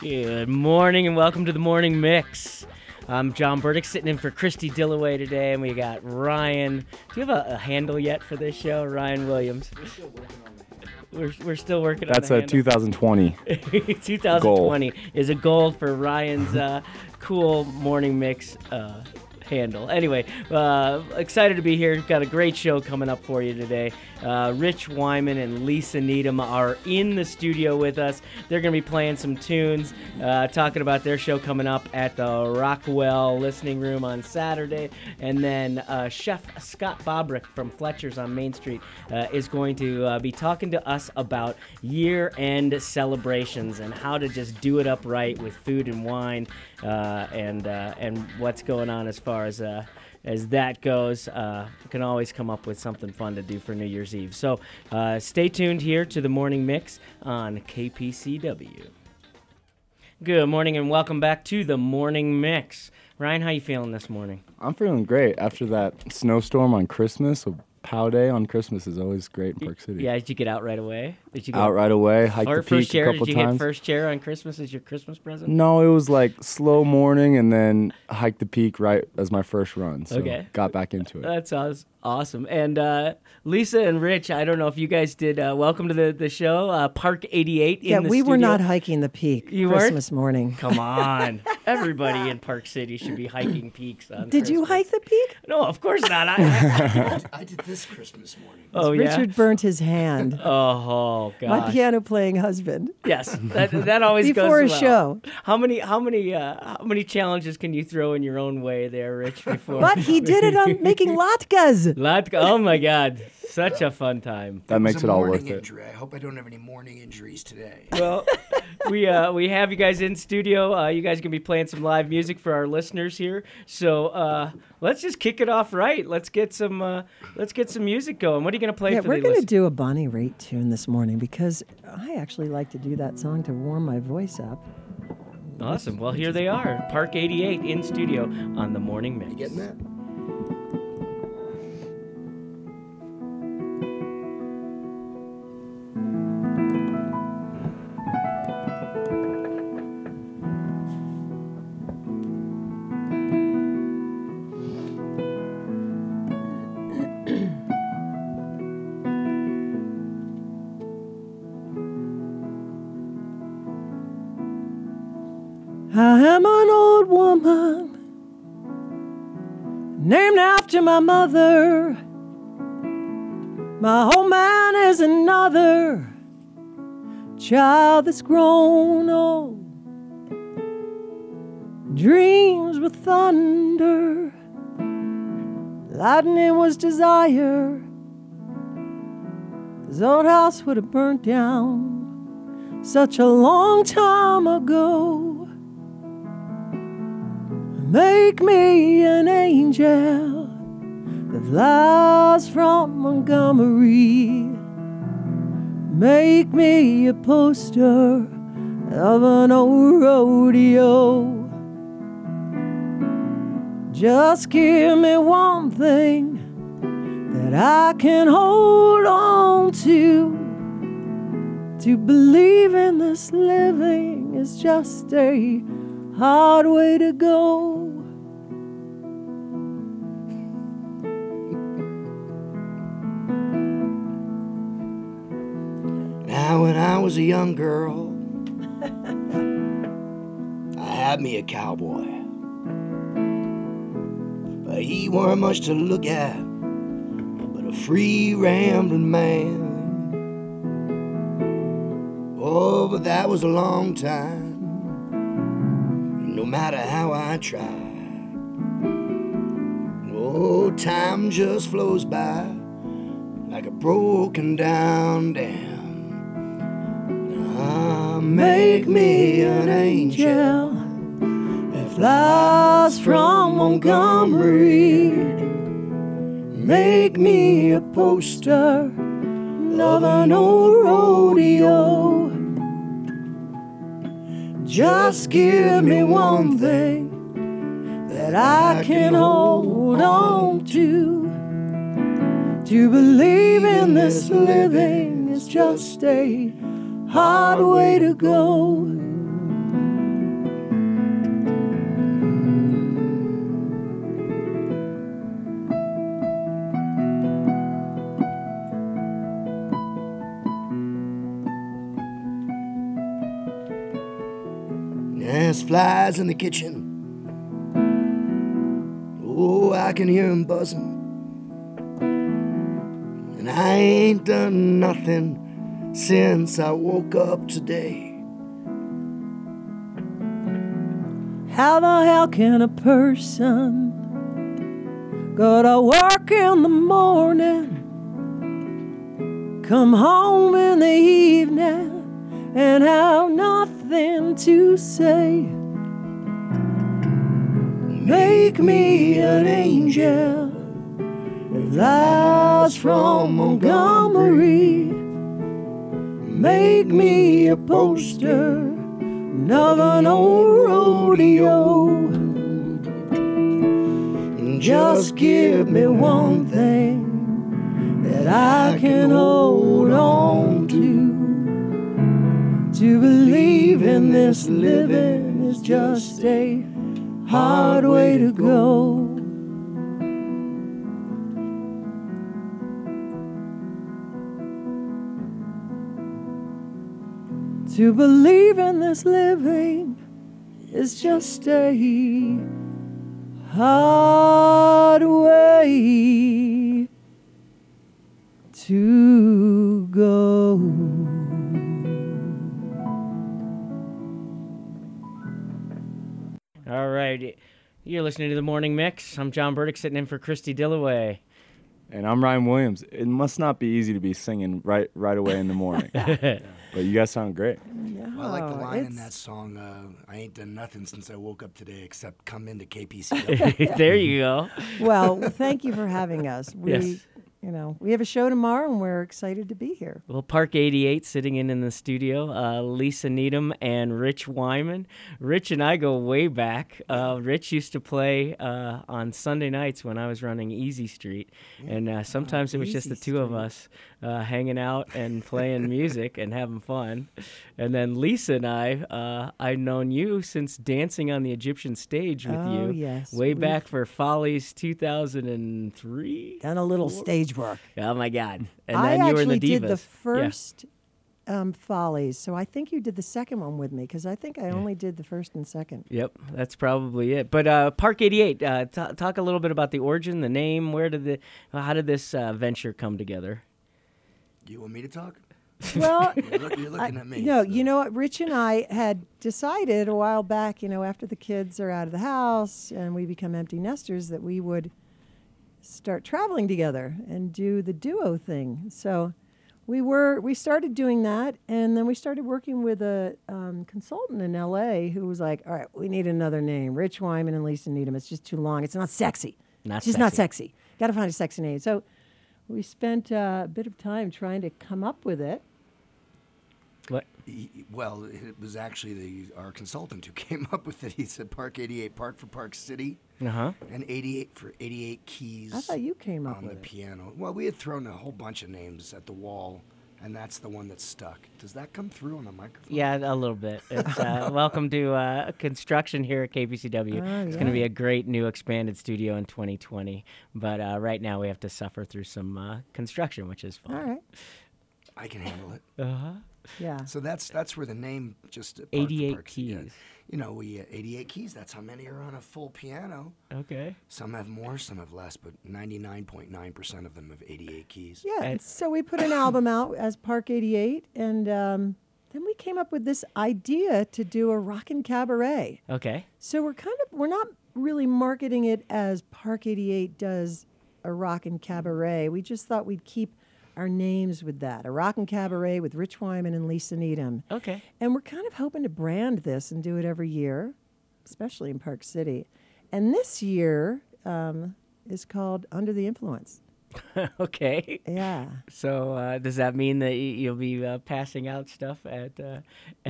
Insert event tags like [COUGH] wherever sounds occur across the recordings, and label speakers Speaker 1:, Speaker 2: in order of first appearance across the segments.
Speaker 1: Good morning and welcome to the Morning Mix. I'm John Burdick sitting in for Christy Dillaway today, and we got Ryan. Do you have a, a handle yet for this show, Ryan Williams? We're, we're still working
Speaker 2: That's
Speaker 1: on
Speaker 2: a
Speaker 1: the handle. [LAUGHS]
Speaker 2: 2020.
Speaker 1: 2020 is a goal for Ryan's uh, cool morning mix uh, handle. Anyway, uh, excited to be here. Got a great show coming up for you today. Uh, Rich Wyman and Lisa Needham are in the studio with us. They're going to be playing some tunes, uh, talking about their show coming up at the Rockwell Listening Room on Saturday. And then uh, Chef Scott Bobrick from Fletcher's on Main Street uh, is going to uh, be talking to us about year end celebrations and how to just do it up right with food and wine uh, and, uh, and what's going on as far as. Uh, as that goes, uh, we can always come up with something fun to do for New Year's Eve. So uh, stay tuned here to the morning mix on KPCW. Good morning and welcome back to the morning mix. Ryan, how you feeling this morning?
Speaker 2: I'm feeling great after that snowstorm on Christmas. A pow day on Christmas is always great in Park City.
Speaker 1: Yeah, did you get out right away? Did you go
Speaker 2: Out right away, hiked
Speaker 1: or
Speaker 2: the peak
Speaker 1: first chair?
Speaker 2: a couple
Speaker 1: Did you
Speaker 2: times.
Speaker 1: get first chair on Christmas as your Christmas present?
Speaker 2: No, it was like slow morning and then hiked the peak right as my first run. So
Speaker 1: Okay. Uh,
Speaker 2: got back into it.
Speaker 1: That sounds awesome. And uh, Lisa and Rich, I don't know if you guys did. Uh, welcome to the the show, uh, Park 88.
Speaker 3: Yeah,
Speaker 1: in the
Speaker 3: we were
Speaker 1: studio.
Speaker 3: not hiking the peak
Speaker 1: You weren't?
Speaker 3: Christmas morning.
Speaker 1: Come
Speaker 3: [LAUGHS]
Speaker 1: on. Everybody in Park City should be hiking peaks on
Speaker 3: Did you
Speaker 1: Christmas.
Speaker 3: hike the peak?
Speaker 1: No, of course not.
Speaker 3: [LAUGHS]
Speaker 1: I,
Speaker 4: I did this Christmas morning.
Speaker 1: oh, yeah.
Speaker 3: Richard burnt his hand.
Speaker 1: [LAUGHS] Oh,
Speaker 3: My
Speaker 1: God.
Speaker 3: piano playing husband.
Speaker 1: yes, that, that always
Speaker 3: Before
Speaker 1: goes
Speaker 3: a
Speaker 1: well.
Speaker 3: show.
Speaker 1: How many how many uh, how many challenges can you throw in your own way there,
Speaker 3: [LAUGHS]
Speaker 1: Rich? Before [LAUGHS]
Speaker 3: But he did it on making latkes.
Speaker 1: Lot- oh my God, such a fun time.
Speaker 2: That
Speaker 4: was
Speaker 2: makes
Speaker 4: a
Speaker 2: it all
Speaker 4: morning
Speaker 2: worth it.
Speaker 4: injury. I hope I don't have any morning injuries today.
Speaker 1: Well, we uh, we have you guys in studio. Uh, you guys gonna be playing some live music for our listeners here. So uh, let's just kick it off right. Let's get some uh, let's get some music going. What are you gonna play
Speaker 3: Yeah,
Speaker 1: for
Speaker 3: we're
Speaker 1: the
Speaker 3: going to
Speaker 1: listen-
Speaker 3: do a Bonnie Raitt tune this morning because I actually like to do that song to warm my voice up.
Speaker 1: Awesome. Well, here they are, Park 88 in studio on the morning mix.
Speaker 4: You getting that?
Speaker 3: I am an old woman named after my mother. My old man is another child that's grown old. Dreams were thunder, lightning was desire. His old house would have burnt down such a long time ago. Make me an angel that flies from Montgomery. Make me a poster of an old rodeo. Just give me one thing that I can hold on to. To believe in this living is just a hard way to go.
Speaker 4: Now, when I was a young girl, I had me a cowboy. But he weren't much to look at, but a free rambling man. Oh, but that was a long time. No matter how I tried, oh, time just flows by like a broken down dam. Ah, make me an angel
Speaker 3: Angel
Speaker 4: that
Speaker 3: flies from Montgomery. Make me a poster of an old rodeo. Just give me one thing that I can hold on to. To believe in this living is just a hard way to go.
Speaker 5: Christmas flies in the kitchen. Oh, I can hear 'em buzzing. And I ain't done nothing since I woke up today.
Speaker 3: How the hell can a person go to work in the morning, come home in the evening, and have nothing to say? Make me an angel, that's from Montgomery. Make me a poster of an old rodeo. Just give me one thing that I can hold on to. To believe in this living is just a hard way to go. To believe in this living is just a hard way to go.
Speaker 1: Oh, All right. You're listening to The Morning Mix. I'm John Burdick sitting in for Christy
Speaker 3: [LAUGHS]
Speaker 1: Dillaway.
Speaker 2: And I'm Ryan Williams. It must not be easy to be singing right right away in
Speaker 1: [LAUGHS]
Speaker 2: the morning. but you guys sound great.
Speaker 5: I like the
Speaker 3: Oh,
Speaker 5: line in
Speaker 3: it's-
Speaker 5: that song. Uh, I ain't done nothing since I woke up today except come into [LAUGHS] KPCW.
Speaker 1: there you go.
Speaker 3: Well, thank you for having us.
Speaker 1: [LAUGHS]
Speaker 3: We,
Speaker 1: Yes.
Speaker 3: you know, we have a show tomorrow, and we're excited to be here.
Speaker 1: Well, Park 88 sitting in in the studio, uh, Lisa Needham and Rich Wyman. Rich and I go way back. Uh, Rich used to play uh, on Sunday nights when I was running Easy Street, and uh, sometimes it was just the
Speaker 3: Mm. Easy
Speaker 1: two of us uh, hanging out and playing music and having fun. And then Lisa and I, uh, I've known you since dancing on the Egyptian stage with
Speaker 3: Oh,
Speaker 1: you,
Speaker 3: yes.
Speaker 1: way
Speaker 3: We've-
Speaker 1: back for Follies 2003.
Speaker 3: Done a little stage work.
Speaker 1: Oh my God! And
Speaker 3: I
Speaker 1: then
Speaker 3: actually
Speaker 1: you were in the Divas.
Speaker 3: did the
Speaker 1: Yeah.
Speaker 3: first um, Follies, so I think you did the second one with me because I think I only did the first
Speaker 1: [LAUGHS]
Speaker 3: and second.
Speaker 1: Yep, that's probably it. But uh, Park 88, uh, t- talk a little bit about the origin, the name. Where did the, how did this uh, venture come together?
Speaker 5: you want me to talk?
Speaker 3: Well,
Speaker 5: You're, look, you're looking at me.
Speaker 3: No,
Speaker 5: so-
Speaker 3: you know what? Rich and I had decided a while back, you know, after the kids are out of the house and we become empty nesters, that we would start traveling together and do the duo thing. So we were we started doing that, and then we started working with a um, consultant in L.A. who was like, "All right, we need another name. Rich Wyman and Lisa Needham. It's just too long. It's not sexy.
Speaker 1: Not
Speaker 3: it's just not sexy. Got to find a sexy name." So we spent uh, a bit of time trying to come up with it.
Speaker 1: What?
Speaker 5: He- he- well, it was actually the, our consultant who [LAUGHS] came up with it. He said Park 88, Park for Park City,
Speaker 1: Uh huh.
Speaker 5: and 88 for 88 keys.
Speaker 3: I thought you came up
Speaker 5: on
Speaker 3: with
Speaker 5: the
Speaker 3: it.
Speaker 5: piano. Well, we had thrown a whole bunch of names at the wall, and that's the one that stuck. Does that come through on the microphone?
Speaker 1: Yeah, a little bit. It's, [LAUGHS] uh, welcome to uh, construction here at KPCW.
Speaker 3: Oh,
Speaker 1: it's going to be
Speaker 3: yeah.
Speaker 1: a great new expanded studio in 2020. But uh, right now we have to suffer through some uh, construction, which is fun.
Speaker 3: All right.
Speaker 5: I can handle it.
Speaker 1: Uh huh.
Speaker 3: Yeah.
Speaker 5: So that's that's where the name just uh, Park for
Speaker 1: 88
Speaker 5: Park City, yeah.
Speaker 1: keys.
Speaker 5: You know, we uh, 88 keys. That's how many are on a full piano.
Speaker 1: Okay.
Speaker 5: Some have more, some have less, but 99.9% of them have 88 keys.
Speaker 3: Yeah.
Speaker 1: And-
Speaker 3: so we put an album out as Park 88, and um, then we came up with this idea to do a rockin' cabaret.
Speaker 1: Okay.
Speaker 3: So we're kind of we're not really marketing it as Park 88 does a rockin' cabaret. We just thought we'd keep our names with that, a rockin' cabaret with Rich Wyman and Lisa Needham.
Speaker 1: Okay.
Speaker 3: And we're kind of hoping to brand this and do it every year, especially in Park City. And this year um, is called Under the Influence.
Speaker 1: [LAUGHS] okay. [LAUGHS]
Speaker 3: Yeah.
Speaker 1: So uh, does that mean that y- you'll be uh, passing out stuff at? Uh,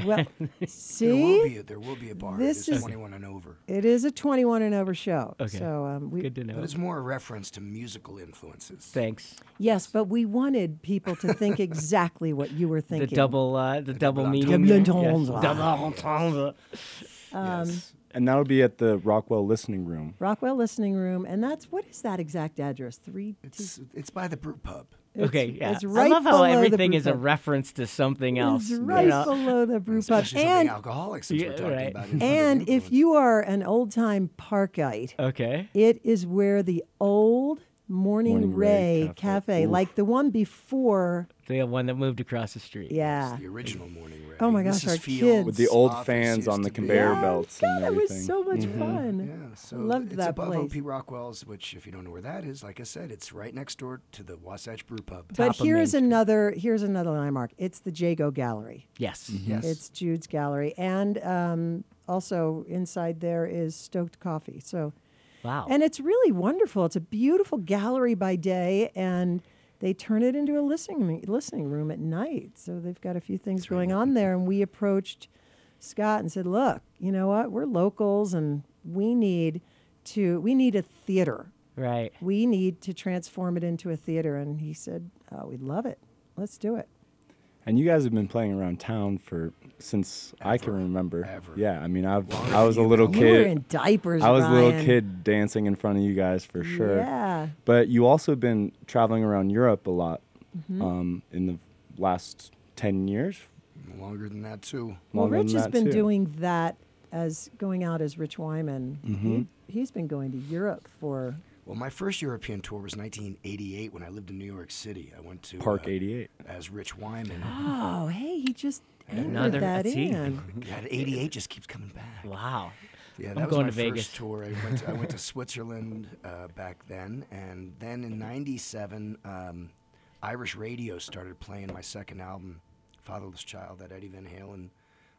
Speaker 3: Well,
Speaker 5: There will
Speaker 3: see,
Speaker 5: be a, there will be a bar.
Speaker 3: This
Speaker 5: This is
Speaker 3: is-
Speaker 5: 21 and over.
Speaker 3: it is a 21 and over show.
Speaker 1: Okay.
Speaker 3: So um, we,
Speaker 1: good to know.
Speaker 5: But it's more a reference to musical influences.
Speaker 1: Thanks.
Speaker 3: yes, but we wanted people to think exactly what you
Speaker 1: [LAUGHS]
Speaker 3: were
Speaker 1: the
Speaker 3: thinking.
Speaker 1: double uh, the double
Speaker 5: double
Speaker 1: meaning.
Speaker 3: entendre.
Speaker 1: Yes,
Speaker 3: Double
Speaker 1: Double entendre.
Speaker 3: Um,
Speaker 5: yes.
Speaker 2: And that'll be at the Rockwell Listening Room.
Speaker 3: Rockwell Listening Room, and that's what is that exact address? Three. two-
Speaker 5: It's it's by the brew pub.
Speaker 3: It's-
Speaker 1: okay, yeah.
Speaker 3: It's right
Speaker 1: I love how
Speaker 3: below the
Speaker 1: everything
Speaker 3: brew
Speaker 1: is a
Speaker 3: pub.
Speaker 1: reference to something else.
Speaker 3: It's
Speaker 1: you
Speaker 3: right
Speaker 1: know?
Speaker 3: below the brew pub.
Speaker 5: Especially something
Speaker 3: And
Speaker 5: alcoholic since
Speaker 1: Yeah,
Speaker 5: we're talking
Speaker 1: right.
Speaker 5: about it.
Speaker 3: and if you are an old time parkite,
Speaker 1: Okay.
Speaker 3: It is where the old Morning,
Speaker 2: Morning
Speaker 3: Ray,
Speaker 2: Ray
Speaker 3: Cafe,
Speaker 2: Cafe.
Speaker 3: like the one before,
Speaker 1: The one that moved across the street.
Speaker 3: yeah.
Speaker 5: the original morning ray.
Speaker 3: Oh my gosh,
Speaker 5: Mrs.
Speaker 3: our
Speaker 5: Fields'
Speaker 3: kids.
Speaker 2: With the old
Speaker 5: office
Speaker 2: fans
Speaker 5: used
Speaker 2: on the
Speaker 5: to be-
Speaker 2: conveyor
Speaker 3: Yeah,
Speaker 2: belts and
Speaker 3: God, it
Speaker 2: everything. Mm-hmm.
Speaker 3: was so much fun.
Speaker 5: Yeah, so
Speaker 3: Loved
Speaker 5: it's
Speaker 3: that
Speaker 5: above
Speaker 3: place.
Speaker 5: O.P. Rockwell's, which, if you don't know where that is, like I said, it's right next door to the Wasatch Brew Pub.
Speaker 3: But
Speaker 1: Top of
Speaker 3: here's
Speaker 1: Main Street.
Speaker 3: another here's another landmark. It's the Jago Gallery.
Speaker 1: Yes.
Speaker 5: yes,
Speaker 3: It's Jude's Gallery, and um, also inside there is Stoked Coffee. So,
Speaker 5: Mm-hmm.
Speaker 1: Wow.
Speaker 3: and it's really wonderful. It's a beautiful gallery by day, and they turn it into a listening listening room at night. So they've got a few things going on there. And we approached Scott and said, "Look, you know what? We're locals, and we need to we need a theater
Speaker 1: right.
Speaker 3: we need to transform it into a theater. And he said, oh, we'd love it. Let's do it.
Speaker 2: And you guys have been playing around town for since I can remember.
Speaker 5: Ever.
Speaker 2: Yeah, I mean, I've I was a little
Speaker 3: You were
Speaker 2: kid.
Speaker 3: in diapers.
Speaker 2: I was a little
Speaker 3: Ryan.
Speaker 2: kid dancing in front of you guys for sure.
Speaker 3: Yeah.
Speaker 2: But you also been traveling around Europe a lot
Speaker 3: Mm-hmm.
Speaker 2: um, in the last ten years.
Speaker 5: longer than that too.
Speaker 3: Well,
Speaker 2: longer
Speaker 3: Rich
Speaker 2: than
Speaker 3: has
Speaker 2: that,
Speaker 3: been
Speaker 2: too.
Speaker 3: doing that Mm-hmm. as going out as Rich Wyman. He, he's been going to Europe for.
Speaker 5: Well, my first European tour was 1988 when I lived in New York City. I went to
Speaker 2: Park
Speaker 5: uh,
Speaker 2: 88.
Speaker 5: as Rich Wyman.
Speaker 3: Oh, hey, he just anchored
Speaker 1: Another
Speaker 3: that
Speaker 1: achievement.
Speaker 3: in.
Speaker 5: God, 88 just keeps coming back.
Speaker 1: Wow.
Speaker 5: Yeah,
Speaker 1: I'm
Speaker 5: that was
Speaker 1: going
Speaker 5: my
Speaker 1: to Vegas.
Speaker 5: first tour. I went to,
Speaker 1: [LAUGHS]
Speaker 5: I went to Switzerland uh, back then, and then in '97, um, Irish radio started playing my second album, "Fatherless Child," that Eddie Van Halen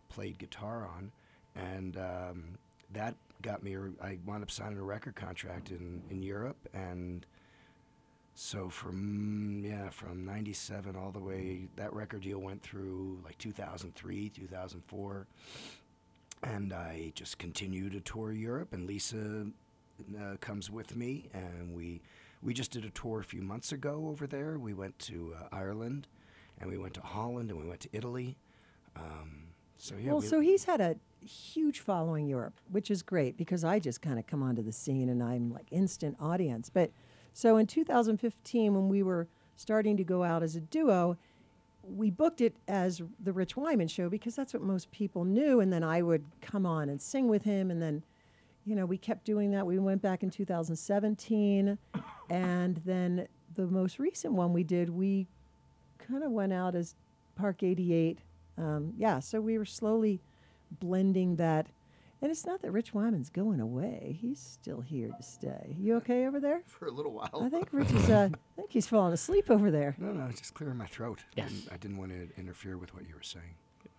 Speaker 5: played guitar on, and um, that got me. I wound up signing a record contract in in Europe, and so from yeah, from '97 all the way, that record deal went through like 2003, 2004 and I just continue to tour Europe. And Lisa uh, comes with me, and we we just did a tour a few months ago over there. We went to uh, Ireland, and we went to Holland, and we went to Italy. Um, so yeah,
Speaker 3: well,
Speaker 5: we-
Speaker 3: so he's had a huge following Europe, which is great because I just kind of come onto the scene and I'm like instant audience. But so in 2015, when we were starting to go out as a duo, we booked it as the Rich Wyman show because that's what most people knew. And then I would come on and sing with him. And then, you know, we kept doing that. We went back in 2017. And then the most recent one we did, we kind of went out as Park 88. Um, yeah, so we were slowly blending that. And it's not that Rich Wyman's going away. He's still here to stay. You okay over there?
Speaker 5: for a little while.
Speaker 1: Oh.
Speaker 3: I think Rich is, uh, I think he's falling asleep over there.
Speaker 5: no, no, it's just clearing my throat.
Speaker 1: Yes.
Speaker 5: Didn't- I didn't want to interfere with what you were saying.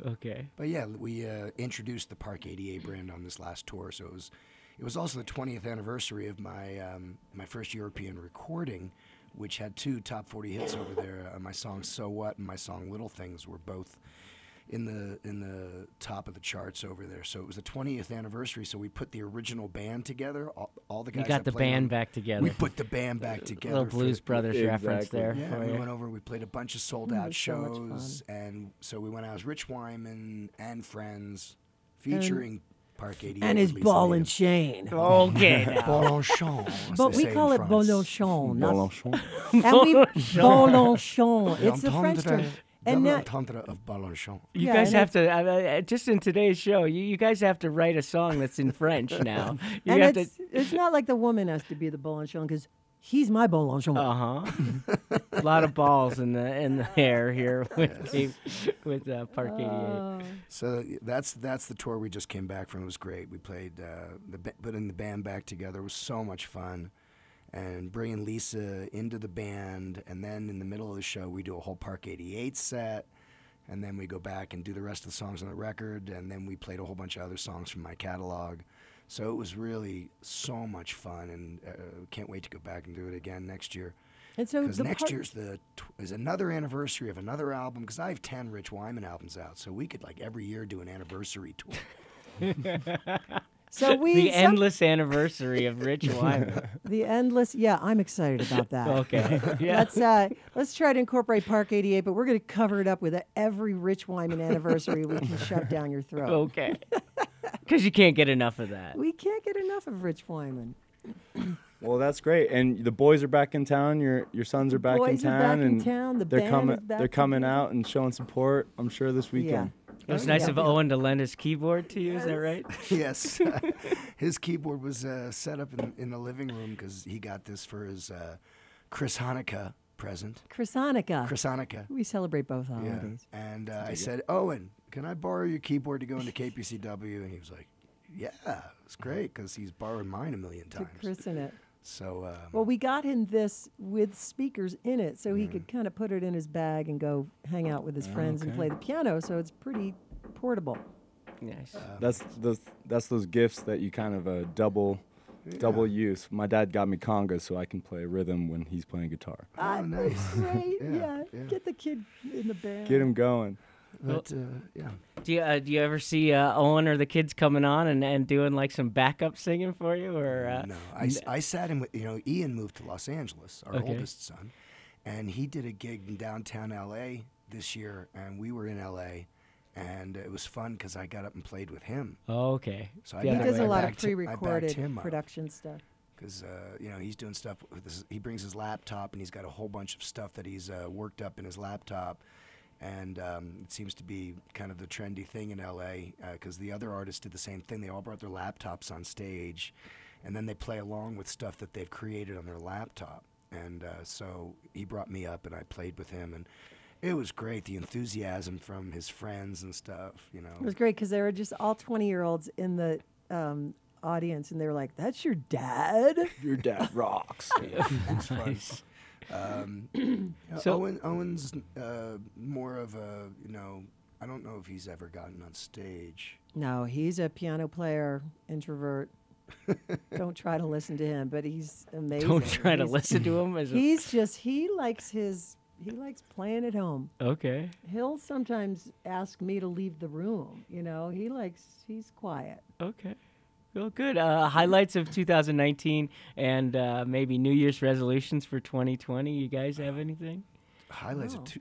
Speaker 1: Okay.
Speaker 5: But yeah, we uh, introduced the Park 88 brand on this last tour, so it was it was also the 20th anniversary of my um, my first European recording, which had two top 40 hits over there. Uh, my song "So What" and my song "Little Things" were both in the in the top of the charts over there. So it was the 20th anniversary. So we put the original band together. All, all the
Speaker 1: You
Speaker 5: guys
Speaker 1: got
Speaker 5: that
Speaker 1: the
Speaker 5: played on-
Speaker 1: band back together. Uh,
Speaker 5: We put the band back together.
Speaker 1: Little
Speaker 5: for
Speaker 1: Blues
Speaker 5: the-
Speaker 1: Brothers reference
Speaker 2: Exactly.
Speaker 1: there.
Speaker 5: yeah,
Speaker 1: for
Speaker 5: we
Speaker 1: ya.
Speaker 5: went over. We played a bunch of sold
Speaker 3: it
Speaker 5: out
Speaker 3: was so much fun.
Speaker 5: shows, and so we went out as Rich Wyman and friends, featuring Park 88
Speaker 3: And his
Speaker 5: with Lisa
Speaker 3: ball
Speaker 5: Lee
Speaker 3: and chain.
Speaker 1: Okay. now.
Speaker 5: Bolanchon. as
Speaker 3: But
Speaker 5: they
Speaker 3: we
Speaker 5: say in
Speaker 3: call it
Speaker 5: France.
Speaker 3: Bolanchon. Not,
Speaker 2: Mélenchon.
Speaker 3: [LAUGHS] and we, Bolanchon. It's a French term.
Speaker 5: L'entendre-
Speaker 3: And
Speaker 5: double
Speaker 3: now,
Speaker 5: entendre of Bolanchon.
Speaker 1: You
Speaker 3: Yeah,
Speaker 1: guys
Speaker 3: and
Speaker 1: have to I- I- just in today's show. You, you guys have to write a song that's in French
Speaker 3: [LAUGHS]
Speaker 1: now. You
Speaker 3: and
Speaker 1: have
Speaker 3: it's, it's not like the woman has to be the Bolanchon because he's my Bolanchon.
Speaker 1: to. Uh huh. a [LAUGHS] lot of balls in the in the hair here [LAUGHS] with Dave- with uh, Park 88.
Speaker 5: So that's that's the tour we just came back from. It was great. We played uh, the ba- putting the band back together. It was so much fun, and bringing Lisa into the band, and then in the middle of the show we do a whole Park '88 set, and then we go back and do the rest of the songs on the record, and then we played a whole bunch of other songs from my catalog. So it was really so much fun, and uh, can't wait to go back and do it again next year.
Speaker 3: and so
Speaker 5: Because
Speaker 3: Oh, the
Speaker 5: next
Speaker 3: part-
Speaker 5: year's the tw- is another anniversary of another album. Because I have ten Rich Wyman albums out, so we could like every year do an anniversary
Speaker 3: [LAUGHS]
Speaker 5: tour.
Speaker 3: So we
Speaker 1: The
Speaker 3: some-
Speaker 1: endless anniversary of
Speaker 3: [LAUGHS]
Speaker 1: Rich Wyman.
Speaker 3: the endless. Yeah, I'm excited
Speaker 5: [LAUGHS]
Speaker 3: about that. [LAUGHS]
Speaker 1: Okay. Yeah.
Speaker 3: Let's uh, let's try to incorporate Park 88, but we're going to cover it up with every Rich Wyman anniversary we can shove [LAUGHS]
Speaker 5: [LAUGHS]
Speaker 3: down your throat.
Speaker 1: okay. Because you can't get enough of that.
Speaker 3: We can't get enough of Rich Wyman.
Speaker 2: Well, that's great. And the boys are back in town. Your your sons are back in
Speaker 3: boys are back
Speaker 2: town,
Speaker 3: in
Speaker 2: and
Speaker 3: town, the
Speaker 2: they're
Speaker 3: band
Speaker 2: coming.
Speaker 3: is back
Speaker 2: They're
Speaker 3: in
Speaker 2: coming
Speaker 3: town.
Speaker 2: out and showing support. I'm sure this weekend.
Speaker 1: It was
Speaker 3: Oh,
Speaker 1: nice
Speaker 3: yeah.
Speaker 1: of Owen to lend his keyboard to you. Is that right?
Speaker 3: [LAUGHS]
Speaker 5: yes. [LAUGHS] his keyboard was uh, set up in, in the living room because he got this for his uh, Chris Hanukkah present.
Speaker 3: Chris Hanukkah.
Speaker 5: Chris Hanukkah.
Speaker 3: We celebrate both
Speaker 5: Yeah.
Speaker 3: holidays.
Speaker 5: And uh, I said, Owen, can I borrow your keyboard to go
Speaker 3: [LAUGHS]
Speaker 5: into KPCW? And he was like, Yeah, it's great because he's borrowed mine a million
Speaker 3: To
Speaker 5: times.
Speaker 3: christen it.
Speaker 5: So, um,
Speaker 3: Well, we got him this with speakers in it, so he
Speaker 5: Mm.
Speaker 3: could kind of put it in his bag and go hang out with
Speaker 5: Ah,
Speaker 3: his friends and
Speaker 2: okay.
Speaker 3: play the piano. So it's pretty portable.
Speaker 1: Nice.
Speaker 2: That's those. That's those gifts that you kind of uh, double, double use. My dad got me congas so I can play rhythm when he's playing guitar.
Speaker 3: Ah, [LAUGHS]
Speaker 5: Oh, [LAUGHS] nice.
Speaker 3: Great,
Speaker 5: Yeah,
Speaker 3: yeah,
Speaker 5: yeah.
Speaker 3: Get the kid in the band.
Speaker 2: Get him going.
Speaker 5: But, uh, yeah.
Speaker 1: Do you uh, do you ever see uh, Owen or the kids coming on and, and doing like some backup singing for you or? Uh,
Speaker 5: No, I, s- I sat in with, you know, Ian moved to Los Angeles, our
Speaker 1: Okay.
Speaker 5: oldest son, and he did a gig in downtown LA this year, and we were in LA, and it was fun because I got up and played with him.
Speaker 1: Oh, okay.
Speaker 5: So I
Speaker 1: The
Speaker 3: He
Speaker 1: other
Speaker 5: got
Speaker 3: does
Speaker 1: way.
Speaker 3: a
Speaker 5: I
Speaker 3: lot of
Speaker 5: backed hi- I backed
Speaker 3: pre-recorded
Speaker 5: him up.
Speaker 3: production stuff.
Speaker 5: because uh, you know he's doing stuff. With his, he brings his laptop and he's got a whole bunch of stuff that he's uh, worked up in his laptop, and um, it seems to be kind of the trendy thing in LA. Because the other artists did the same thing; they all brought their laptops on stage, and then they play along with stuff that they've created on their laptop. And uh, so he brought me up, and I played with him, and it was great. The enthusiasm from his friends and stuff, you know.
Speaker 3: It was great because there were just all twenty-year-olds in the um, audience, and they were like, "That's your dad."
Speaker 2: Your dad [LAUGHS] rocks.
Speaker 1: [CLEARS THROAT]
Speaker 5: Uh,
Speaker 1: So-
Speaker 5: Owen Owen's uh, more of a you know I don't know if he's ever gotten on stage.
Speaker 3: No, he's a piano player,
Speaker 5: [LAUGHS]
Speaker 3: introvert. Don't try to listen to him, but he's amazing.
Speaker 1: Don't try to
Speaker 3: He's-
Speaker 1: listen to him. As a,
Speaker 3: He's just he likes his he likes playing at home.
Speaker 1: okay.
Speaker 3: He'll sometimes ask me to leave the room. You know, he likes he's quiet.
Speaker 1: Okay. Well, good. Uh, highlights of 2019 and uh, maybe New Year's resolutions for 2020. You guys have anything?
Speaker 5: Highlights
Speaker 3: Wow.
Speaker 5: of two,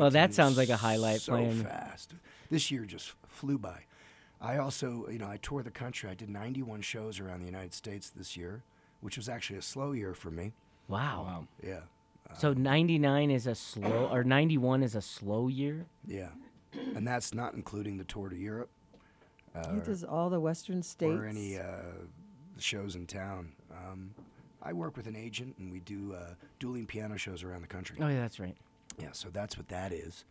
Speaker 1: Oh. Well, that sounds
Speaker 5: is
Speaker 1: like a highlight
Speaker 5: So
Speaker 1: playing.
Speaker 5: fast. This year just flew by. I also you know I toured the country. I did 91 shows around the United States this year, which was actually a slow year for me.
Speaker 1: Wow.
Speaker 2: Wow.
Speaker 5: Yeah,
Speaker 1: So 99 is a slow, or 91 is a slow year.
Speaker 5: yeah, and that's not including the tour to Europe
Speaker 3: he does all the Western states.
Speaker 5: or any uh, shows in town. Um, I work with an agent, and we do uh, dueling piano shows around the country.
Speaker 1: Oh, yeah, that's right.
Speaker 5: Yeah, so that's what that is.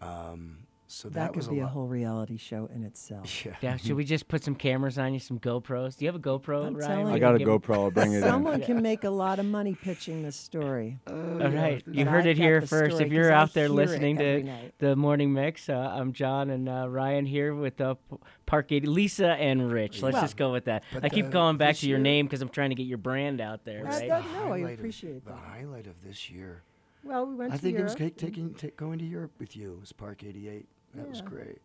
Speaker 5: Um, so that,
Speaker 3: that,
Speaker 5: was
Speaker 3: could be
Speaker 5: a,
Speaker 3: a,
Speaker 5: lot.
Speaker 3: whole reality show in itself.
Speaker 5: [LAUGHS] Yeah.
Speaker 1: Yeah. Should we just put some cameras on you, some GoPros? Do you have a GoPro,
Speaker 3: I'm
Speaker 1: Ryan?
Speaker 3: telling
Speaker 1: We
Speaker 2: I
Speaker 1: can
Speaker 3: you.
Speaker 2: got a
Speaker 1: give 'em-
Speaker 2: GoPro. I'll bring it in.
Speaker 3: Someone can make a lot of money pitching this story.
Speaker 1: All right, you
Speaker 3: But
Speaker 1: heard
Speaker 3: I've
Speaker 1: it
Speaker 3: got
Speaker 1: here
Speaker 3: the
Speaker 1: first.
Speaker 3: story
Speaker 1: If you're
Speaker 3: 'cause I
Speaker 1: out there
Speaker 3: hear it
Speaker 1: listening
Speaker 3: every
Speaker 1: to
Speaker 3: night.
Speaker 1: the morning mix, uh, I'm John and uh, Ryan here with uh, P- Park 80, Lisa and Rich. Let's
Speaker 3: Well,
Speaker 1: just go with that.
Speaker 5: but
Speaker 1: I keep
Speaker 5: the-
Speaker 1: going back
Speaker 5: this
Speaker 1: to your
Speaker 5: year-
Speaker 1: name because I'm trying to get your brand out there,
Speaker 3: Well,
Speaker 1: right?
Speaker 3: that- no, I
Speaker 5: highlight of-
Speaker 3: appreciate
Speaker 5: the
Speaker 3: that.
Speaker 5: highlight of this year.
Speaker 3: Well, we went
Speaker 5: I
Speaker 3: to
Speaker 5: think it was
Speaker 3: Europe. Mm-hmm.
Speaker 5: ta- taking ta- going to Europe with you. It was Park 88. That was
Speaker 3: Yeah.
Speaker 5: great.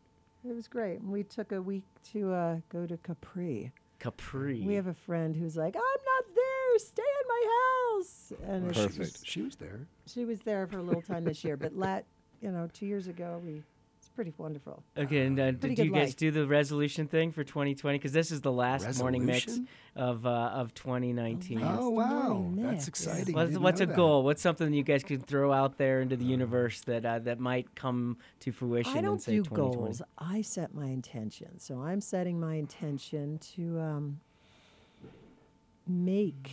Speaker 3: It was great. We took a week to uh, go to Capri.
Speaker 1: Capri.
Speaker 3: We have a friend who's like, I'm not there. Stay in my house. And it's-
Speaker 5: She was,
Speaker 2: Perfect.
Speaker 5: she was there.
Speaker 3: She was there for a little time this year, but let you know, two years ago, we it's pretty wonderful.
Speaker 1: Okay, and uh,
Speaker 3: Pretty
Speaker 1: did you
Speaker 3: good
Speaker 1: guys
Speaker 3: life.
Speaker 1: do the resolution thing for 2020? Because this is the last morning mix
Speaker 5: Resolution?
Speaker 1: of uh, of 2019.
Speaker 5: Oh,
Speaker 3: the
Speaker 5: wow.
Speaker 3: morning
Speaker 5: That's
Speaker 3: mix.
Speaker 5: exciting. I
Speaker 1: What's,
Speaker 5: didn't
Speaker 1: what's
Speaker 5: know
Speaker 1: a
Speaker 5: that.
Speaker 1: goal? What's something you guys can throw out there into the universe that uh, that might come to fruition?
Speaker 3: I
Speaker 1: in,
Speaker 3: don't
Speaker 1: say,
Speaker 3: do
Speaker 1: 2020?
Speaker 3: goals. I set my intention. So I'm setting my intention to um, make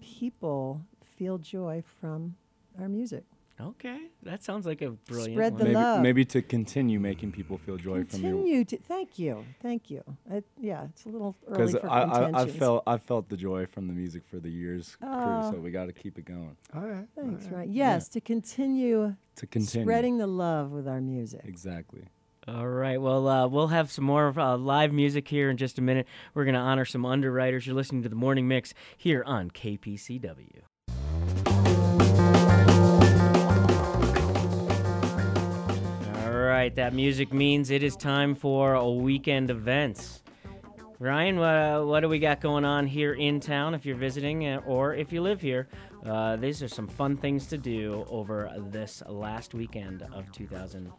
Speaker 3: people feel joy from our music.
Speaker 1: Okay, that sounds like a brilliant.
Speaker 3: Spread
Speaker 1: one.
Speaker 3: the
Speaker 2: Maybe,
Speaker 3: love.
Speaker 2: maybe to continue making people feel joy from your
Speaker 3: Continue to thank you, thank you. I, yeah, it's a little early
Speaker 2: because
Speaker 3: for
Speaker 2: I, I, I
Speaker 3: contentions.
Speaker 2: felt I felt the joy from the music for the years
Speaker 3: Oh.
Speaker 2: crew, so we got to keep it going
Speaker 5: All right.
Speaker 3: Thanks, right? Yes, to continue,
Speaker 2: to continue.
Speaker 3: spreading the love with our music.
Speaker 2: exactly.
Speaker 1: All right. Well, uh, we'll have some more uh, live music here in just a minute. We're going to honor some underwriters. You're listening to the Morning Mix here on KPCW. All right. That music means it is time for a weekend events. Ryan, uh, what do we got going on here in town if you're visiting uh, or if you live here? Uh, these are some fun things to do over this last weekend of 2019.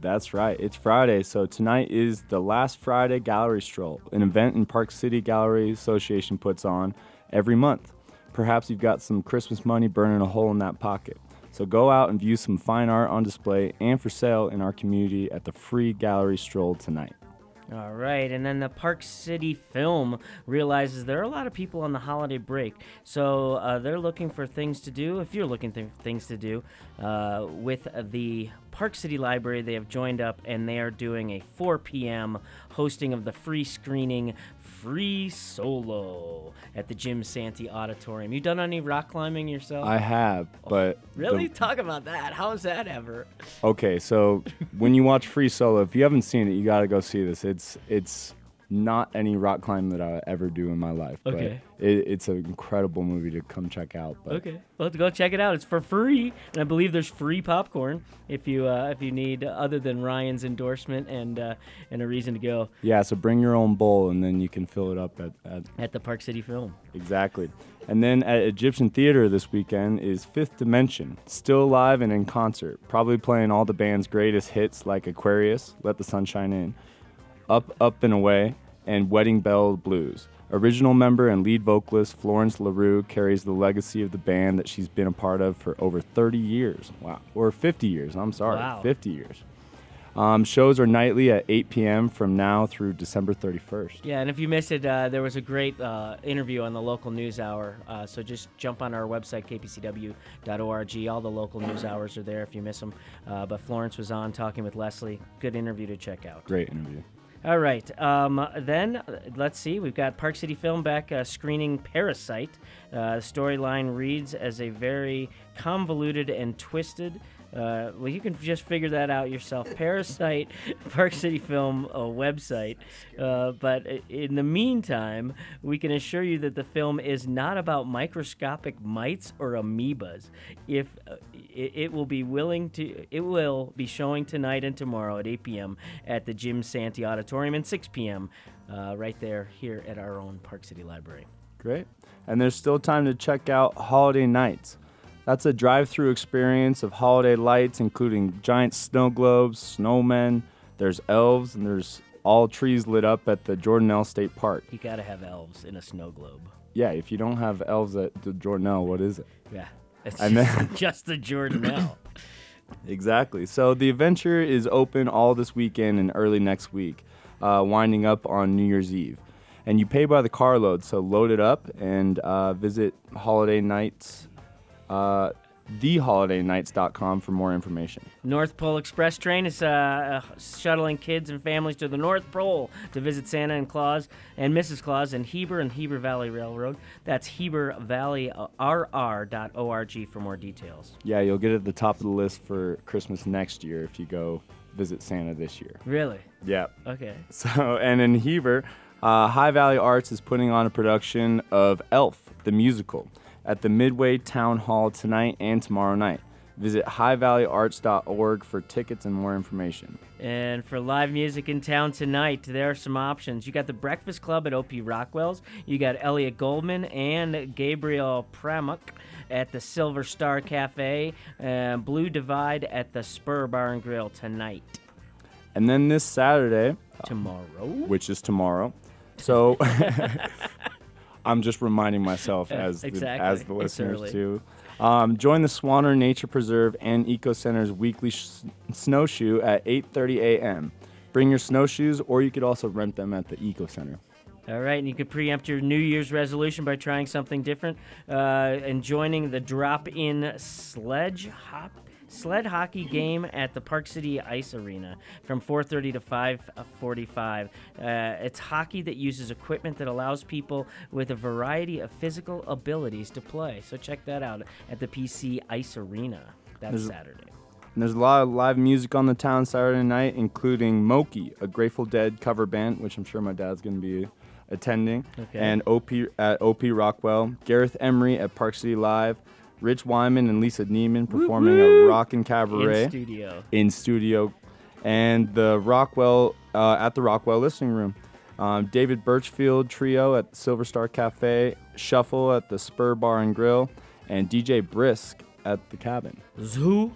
Speaker 2: That's right. It's Friday, so tonight is the last Friday gallery stroll, an event in Park City Gallery Association puts on every month. Perhaps you've got some Christmas money burning a hole in that pocket. So go out and view some fine art on display and for sale in our community at the free gallery stroll tonight.
Speaker 1: All right, and then the Park City Film realizes there are a lot of people on the holiday break, so uh, they're looking for things to do. If you're looking for things to do, uh, with the Park City Library, they have joined up and they are doing a 4 p.m. hosting of the free screening Free Solo at the Jim Santee Auditorium. You done any rock climbing yourself?
Speaker 2: I have, but
Speaker 1: really?
Speaker 2: the-
Speaker 1: Talk about that. How is that ever?
Speaker 2: okay, so when you watch Free Solo, if you haven't seen it, you got to go see this. It's it's not any rock climb that I ever do in my life.
Speaker 1: Okay.
Speaker 2: But it, it's an incredible movie to come check out. But
Speaker 1: Okay, well, let's go check it out. It's for free, and I believe there's free popcorn if you uh, if you need other than Ryan's endorsement and uh, and a reason to go
Speaker 2: Yeah, so bring your own bowl and then you can fill it up at, at
Speaker 1: at the Park City Film.
Speaker 2: Exactly. And then at Egyptian Theater this weekend is Fifth Dimension, still alive and in concert, probably playing all the band's greatest hits like Aquarius, Let the Sunshine In, Up, Up and Away, and Wedding Bell Blues. Original member and lead vocalist Florence LaRue carries the legacy of the band that she's been a part of for over 30 years. Wow. Or 50 years, I'm sorry.
Speaker 1: Wow.
Speaker 2: 50 years. Um, shows are nightly at 8 p.m. from now through December 31st.
Speaker 1: Yeah, and if you missed it, uh, there was a great uh, interview on the local news hour. Uh, so just jump on our website, kpcw.org. All the local news hours are there if you miss them. Uh, but Florence was on talking with Leslie. Good interview to check out.
Speaker 2: Great interview.
Speaker 1: All right. Um, then uh, let's see. We've got Park City Film back uh, screening Parasite. Uh, the storyline reads as a very convoluted and twisted. Uh, well, you can just figure that out yourself. Parasite, [LAUGHS] Park City Film uh, website. Uh, but i- in the meantime, we can assure you that the film is not about microscopic mites or amoebas. If uh, it, it will be willing to, it will be showing tonight and tomorrow at 8 p.m. at the Jim Santee Auditorium and 6 p.m. Uh, right there here at our own Park City Library.
Speaker 2: Great. And there's still time to check out Holiday Nights. That's a drive through experience of holiday lights, including giant snow globes, snowmen, there's elves, and there's all trees lit up at the Jordanelle State Park.
Speaker 1: You gotta have elves in a snow globe.
Speaker 2: Yeah, if you don't have elves at the Jordanelle, what is it?
Speaker 1: Yeah, it's
Speaker 2: I
Speaker 1: just, [LAUGHS]
Speaker 2: meant-
Speaker 1: just the Jordanelle.
Speaker 2: Exactly. So the adventure is open all this weekend and early next week, uh, winding up on New Year's Eve. And you pay by the carload, so load it up and uh, visit Holiday Nights, uh, theholidaynights.com for more information.
Speaker 1: North Pole Express train is uh, uh, shuttling kids and families to the North Pole to visit Santa and Claus and Mrs. Claus and Heber and Heber Valley Railroad. That's Heber Valley uh, rr.org for more details.
Speaker 2: Yeah, you'll get at the top of the list for Christmas next year if you go visit Santa this year.
Speaker 1: Really?
Speaker 2: Yeah.
Speaker 1: Okay.
Speaker 2: So, and in Heber, uh, High Valley Arts is putting on a production of Elf, the musical, at the Midway Town Hall tonight and tomorrow night. Visit highvalleyarts.org for tickets and more information.
Speaker 1: And for live music in town tonight, there are some options. You got the Breakfast Club at OP Rockwell's. You got Elliot Goldman and Gabriel Pramuk at the Silver Star Cafe. And Blue Divide at the Spur Bar and Grill tonight.
Speaker 2: And then this Saturday,
Speaker 1: Oh. Tomorrow?
Speaker 2: which is tomorrow, so [LAUGHS] I'm just reminding myself as
Speaker 1: exactly.
Speaker 2: the, as the
Speaker 1: It's
Speaker 2: listeners
Speaker 1: early.
Speaker 2: too. Um, join the Swanner Nature Preserve and Eco Center's weekly sh- snowshoe at 8:30 a.m. Bring your snowshoes, or you could also rent them at the Eco Center.
Speaker 1: All right, and you could preempt your New Year's resolution by trying something different uh, and joining the drop-in sledge hop sled hockey game at the Park City Ice Arena from 4:30 to 5:45. Uh, it's hockey that uses equipment that allows people with a variety of physical abilities to play. So check that out at the PC Ice Arena. That's Saturday.
Speaker 2: And there's a lot of live music on the town Saturday night, including Moki, a Grateful Dead cover band, which I'm sure my dad's going to be attending,
Speaker 1: Okay.
Speaker 2: and OP at OP Rockwell, Gareth Emery at Park City Live, Rich Wyman and Lisa Neiman performing a rockin' cabaret
Speaker 1: In studio.
Speaker 2: in studio and the Rockwell uh, at the Rockwell Listening Room. Uh, Um, David Birchfield Trio at Silver Star Cafe, Shuffle at the Spur Bar and Grill, and DJ Brisk at the Cabin.
Speaker 1: Zoo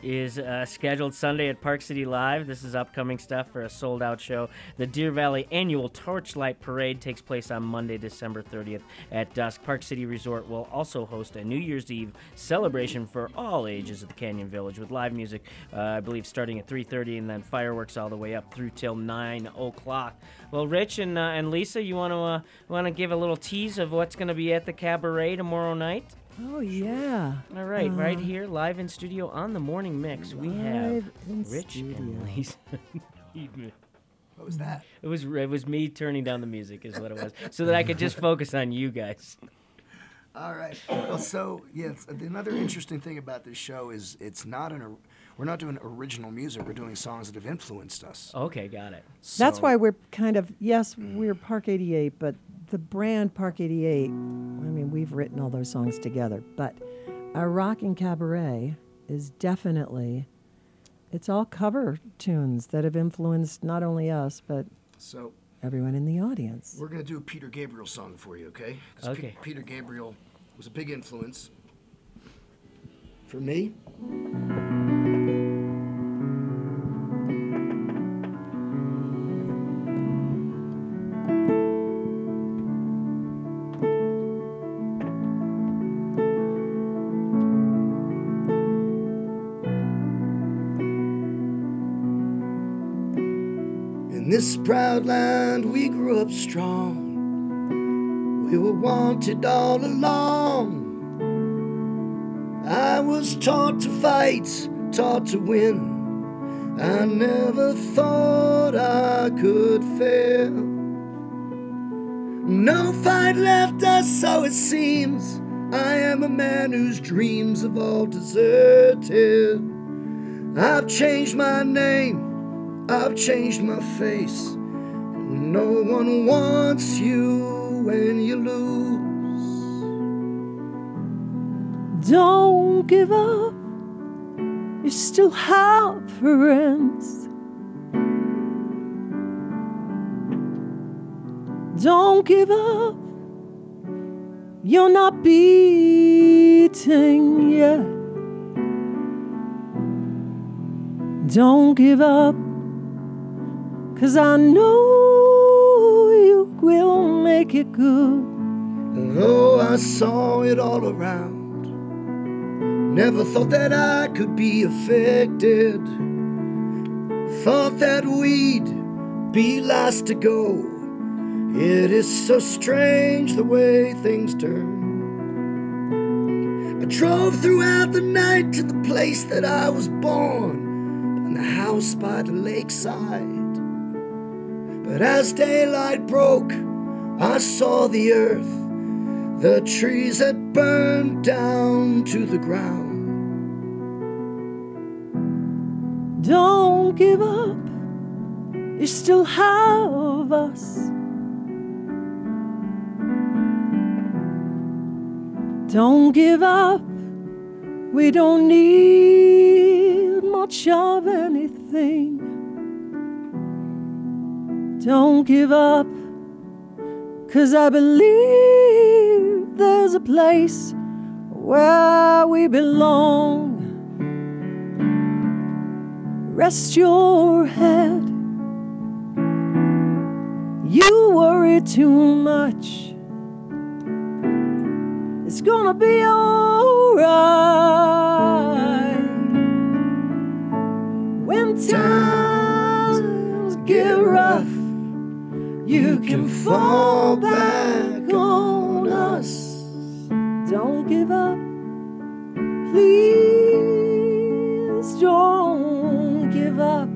Speaker 1: is uh, scheduled Sunday at Park City Live. This is upcoming stuff for a sold out show. The Deer Valley annual Torchlight Parade takes place on Monday, December 30th at dusk. Park City Resort will also host a New Year's Eve celebration for all ages at the Canyon Village with live music, uh, I believe, starting at 3.30 and then fireworks all the way up through till 9 o'clock. Well, Rich and, uh, and Lisa, you want to uh, want to give a little tease of what's going to be at the cabaret tomorrow night?
Speaker 3: Oh, yeah.
Speaker 1: All right, right here, live in studio on the morning mix, we have
Speaker 3: Uh. Live in
Speaker 1: Rich and
Speaker 3: studio.
Speaker 1: Lisa. Friedman.
Speaker 5: What was that?
Speaker 1: it was it was me turning down the music, is what it was, so that I could just focus on you guys.
Speaker 5: All right. Well, so yes, another interesting thing about this show is it's not an. or- We're not doing original music. We're doing songs that have influenced us.
Speaker 1: Okay, got it.
Speaker 3: That's
Speaker 5: So-
Speaker 3: why we're kind of yes,
Speaker 2: Mm.
Speaker 3: we're Park 88, but the brand Park 88. I mean, we've written all those songs together, but our rock and cabaret is definitely it's all cover tunes that have influenced not only us but
Speaker 5: So
Speaker 3: everyone in the audience.
Speaker 5: we're gonna do a Peter Gabriel song for you, okay? 'Cause Pe-
Speaker 1: Okay.
Speaker 5: Peter Gabriel was a big influence for me. In this proud land, we grew up strong. We were wanted all along. I was taught to fight, taught to win. I never thought I could fail. No fight left us, so it seems. I am a man whose dreams have all deserted. I've changed my name. I've changed my face. No one wants you when you lose.
Speaker 3: Don't give up. You still have friends. Don't give up. You're not beaten yet. Don't give up. Cause I know you will make it good.
Speaker 5: And though I saw it all around, never thought that I could be affected. Thought that we'd be last to go. It is so strange the way things turn. I drove throughout the night to the place that I was born, and the house by the lakeside. But as daylight broke, I saw the earth. The trees had burned down to the ground.
Speaker 3: Don't give up, you still have us. Don't give up, we don't need much of anything. Don't give up, cause I believe there's a place where we belong. Rest your head. You worry too much. It's gonna be alright. When times get rough, you can fall back on us. Don't give up. Please don't give up.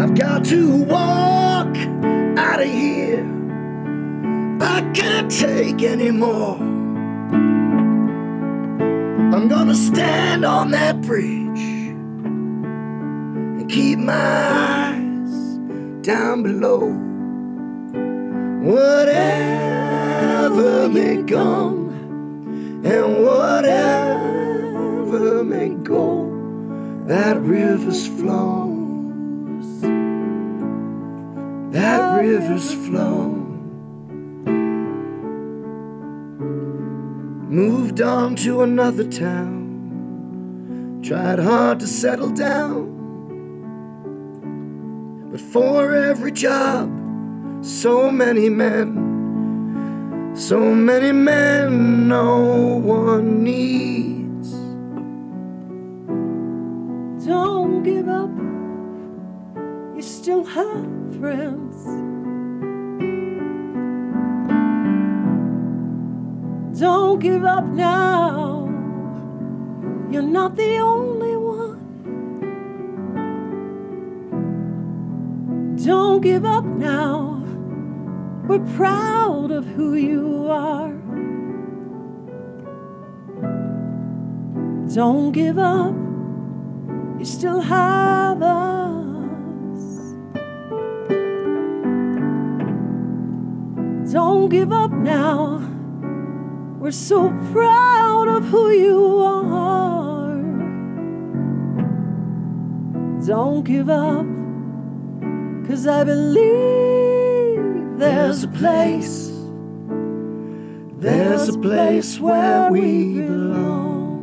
Speaker 5: I've got to walk out of here. I can't take anymore. I'm gonna stand on that bridge and keep my eyes down below. Whatever may come and whatever may go, that river's flows. that river's flown. Moved on to another town, tried hard to settle down. But for every job, so many men, so many men, no one needs.
Speaker 3: Don't give up. You still have friends. Don't give up now. You're not the only one. Don't give up now. We're proud of who you are. Don't give up. You still have us. Don't give up now. We're so proud of who you are. Don't give up, cause I believe
Speaker 5: There's a place, there's a place where we belong.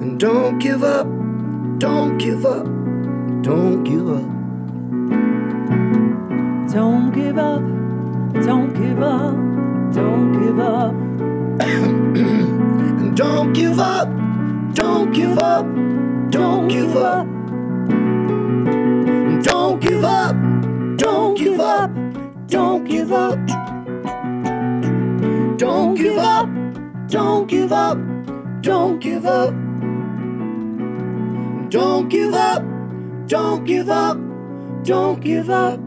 Speaker 5: And don't give up, don't give up, don't give up.
Speaker 3: Don't give up, don't give up, don't give up.
Speaker 5: And don't give up, don't give up, don't give up. And don't give up, don't give up, don't give up. Don't give up, don't give up, don't give up. Don't give up, don't give up, don't give up.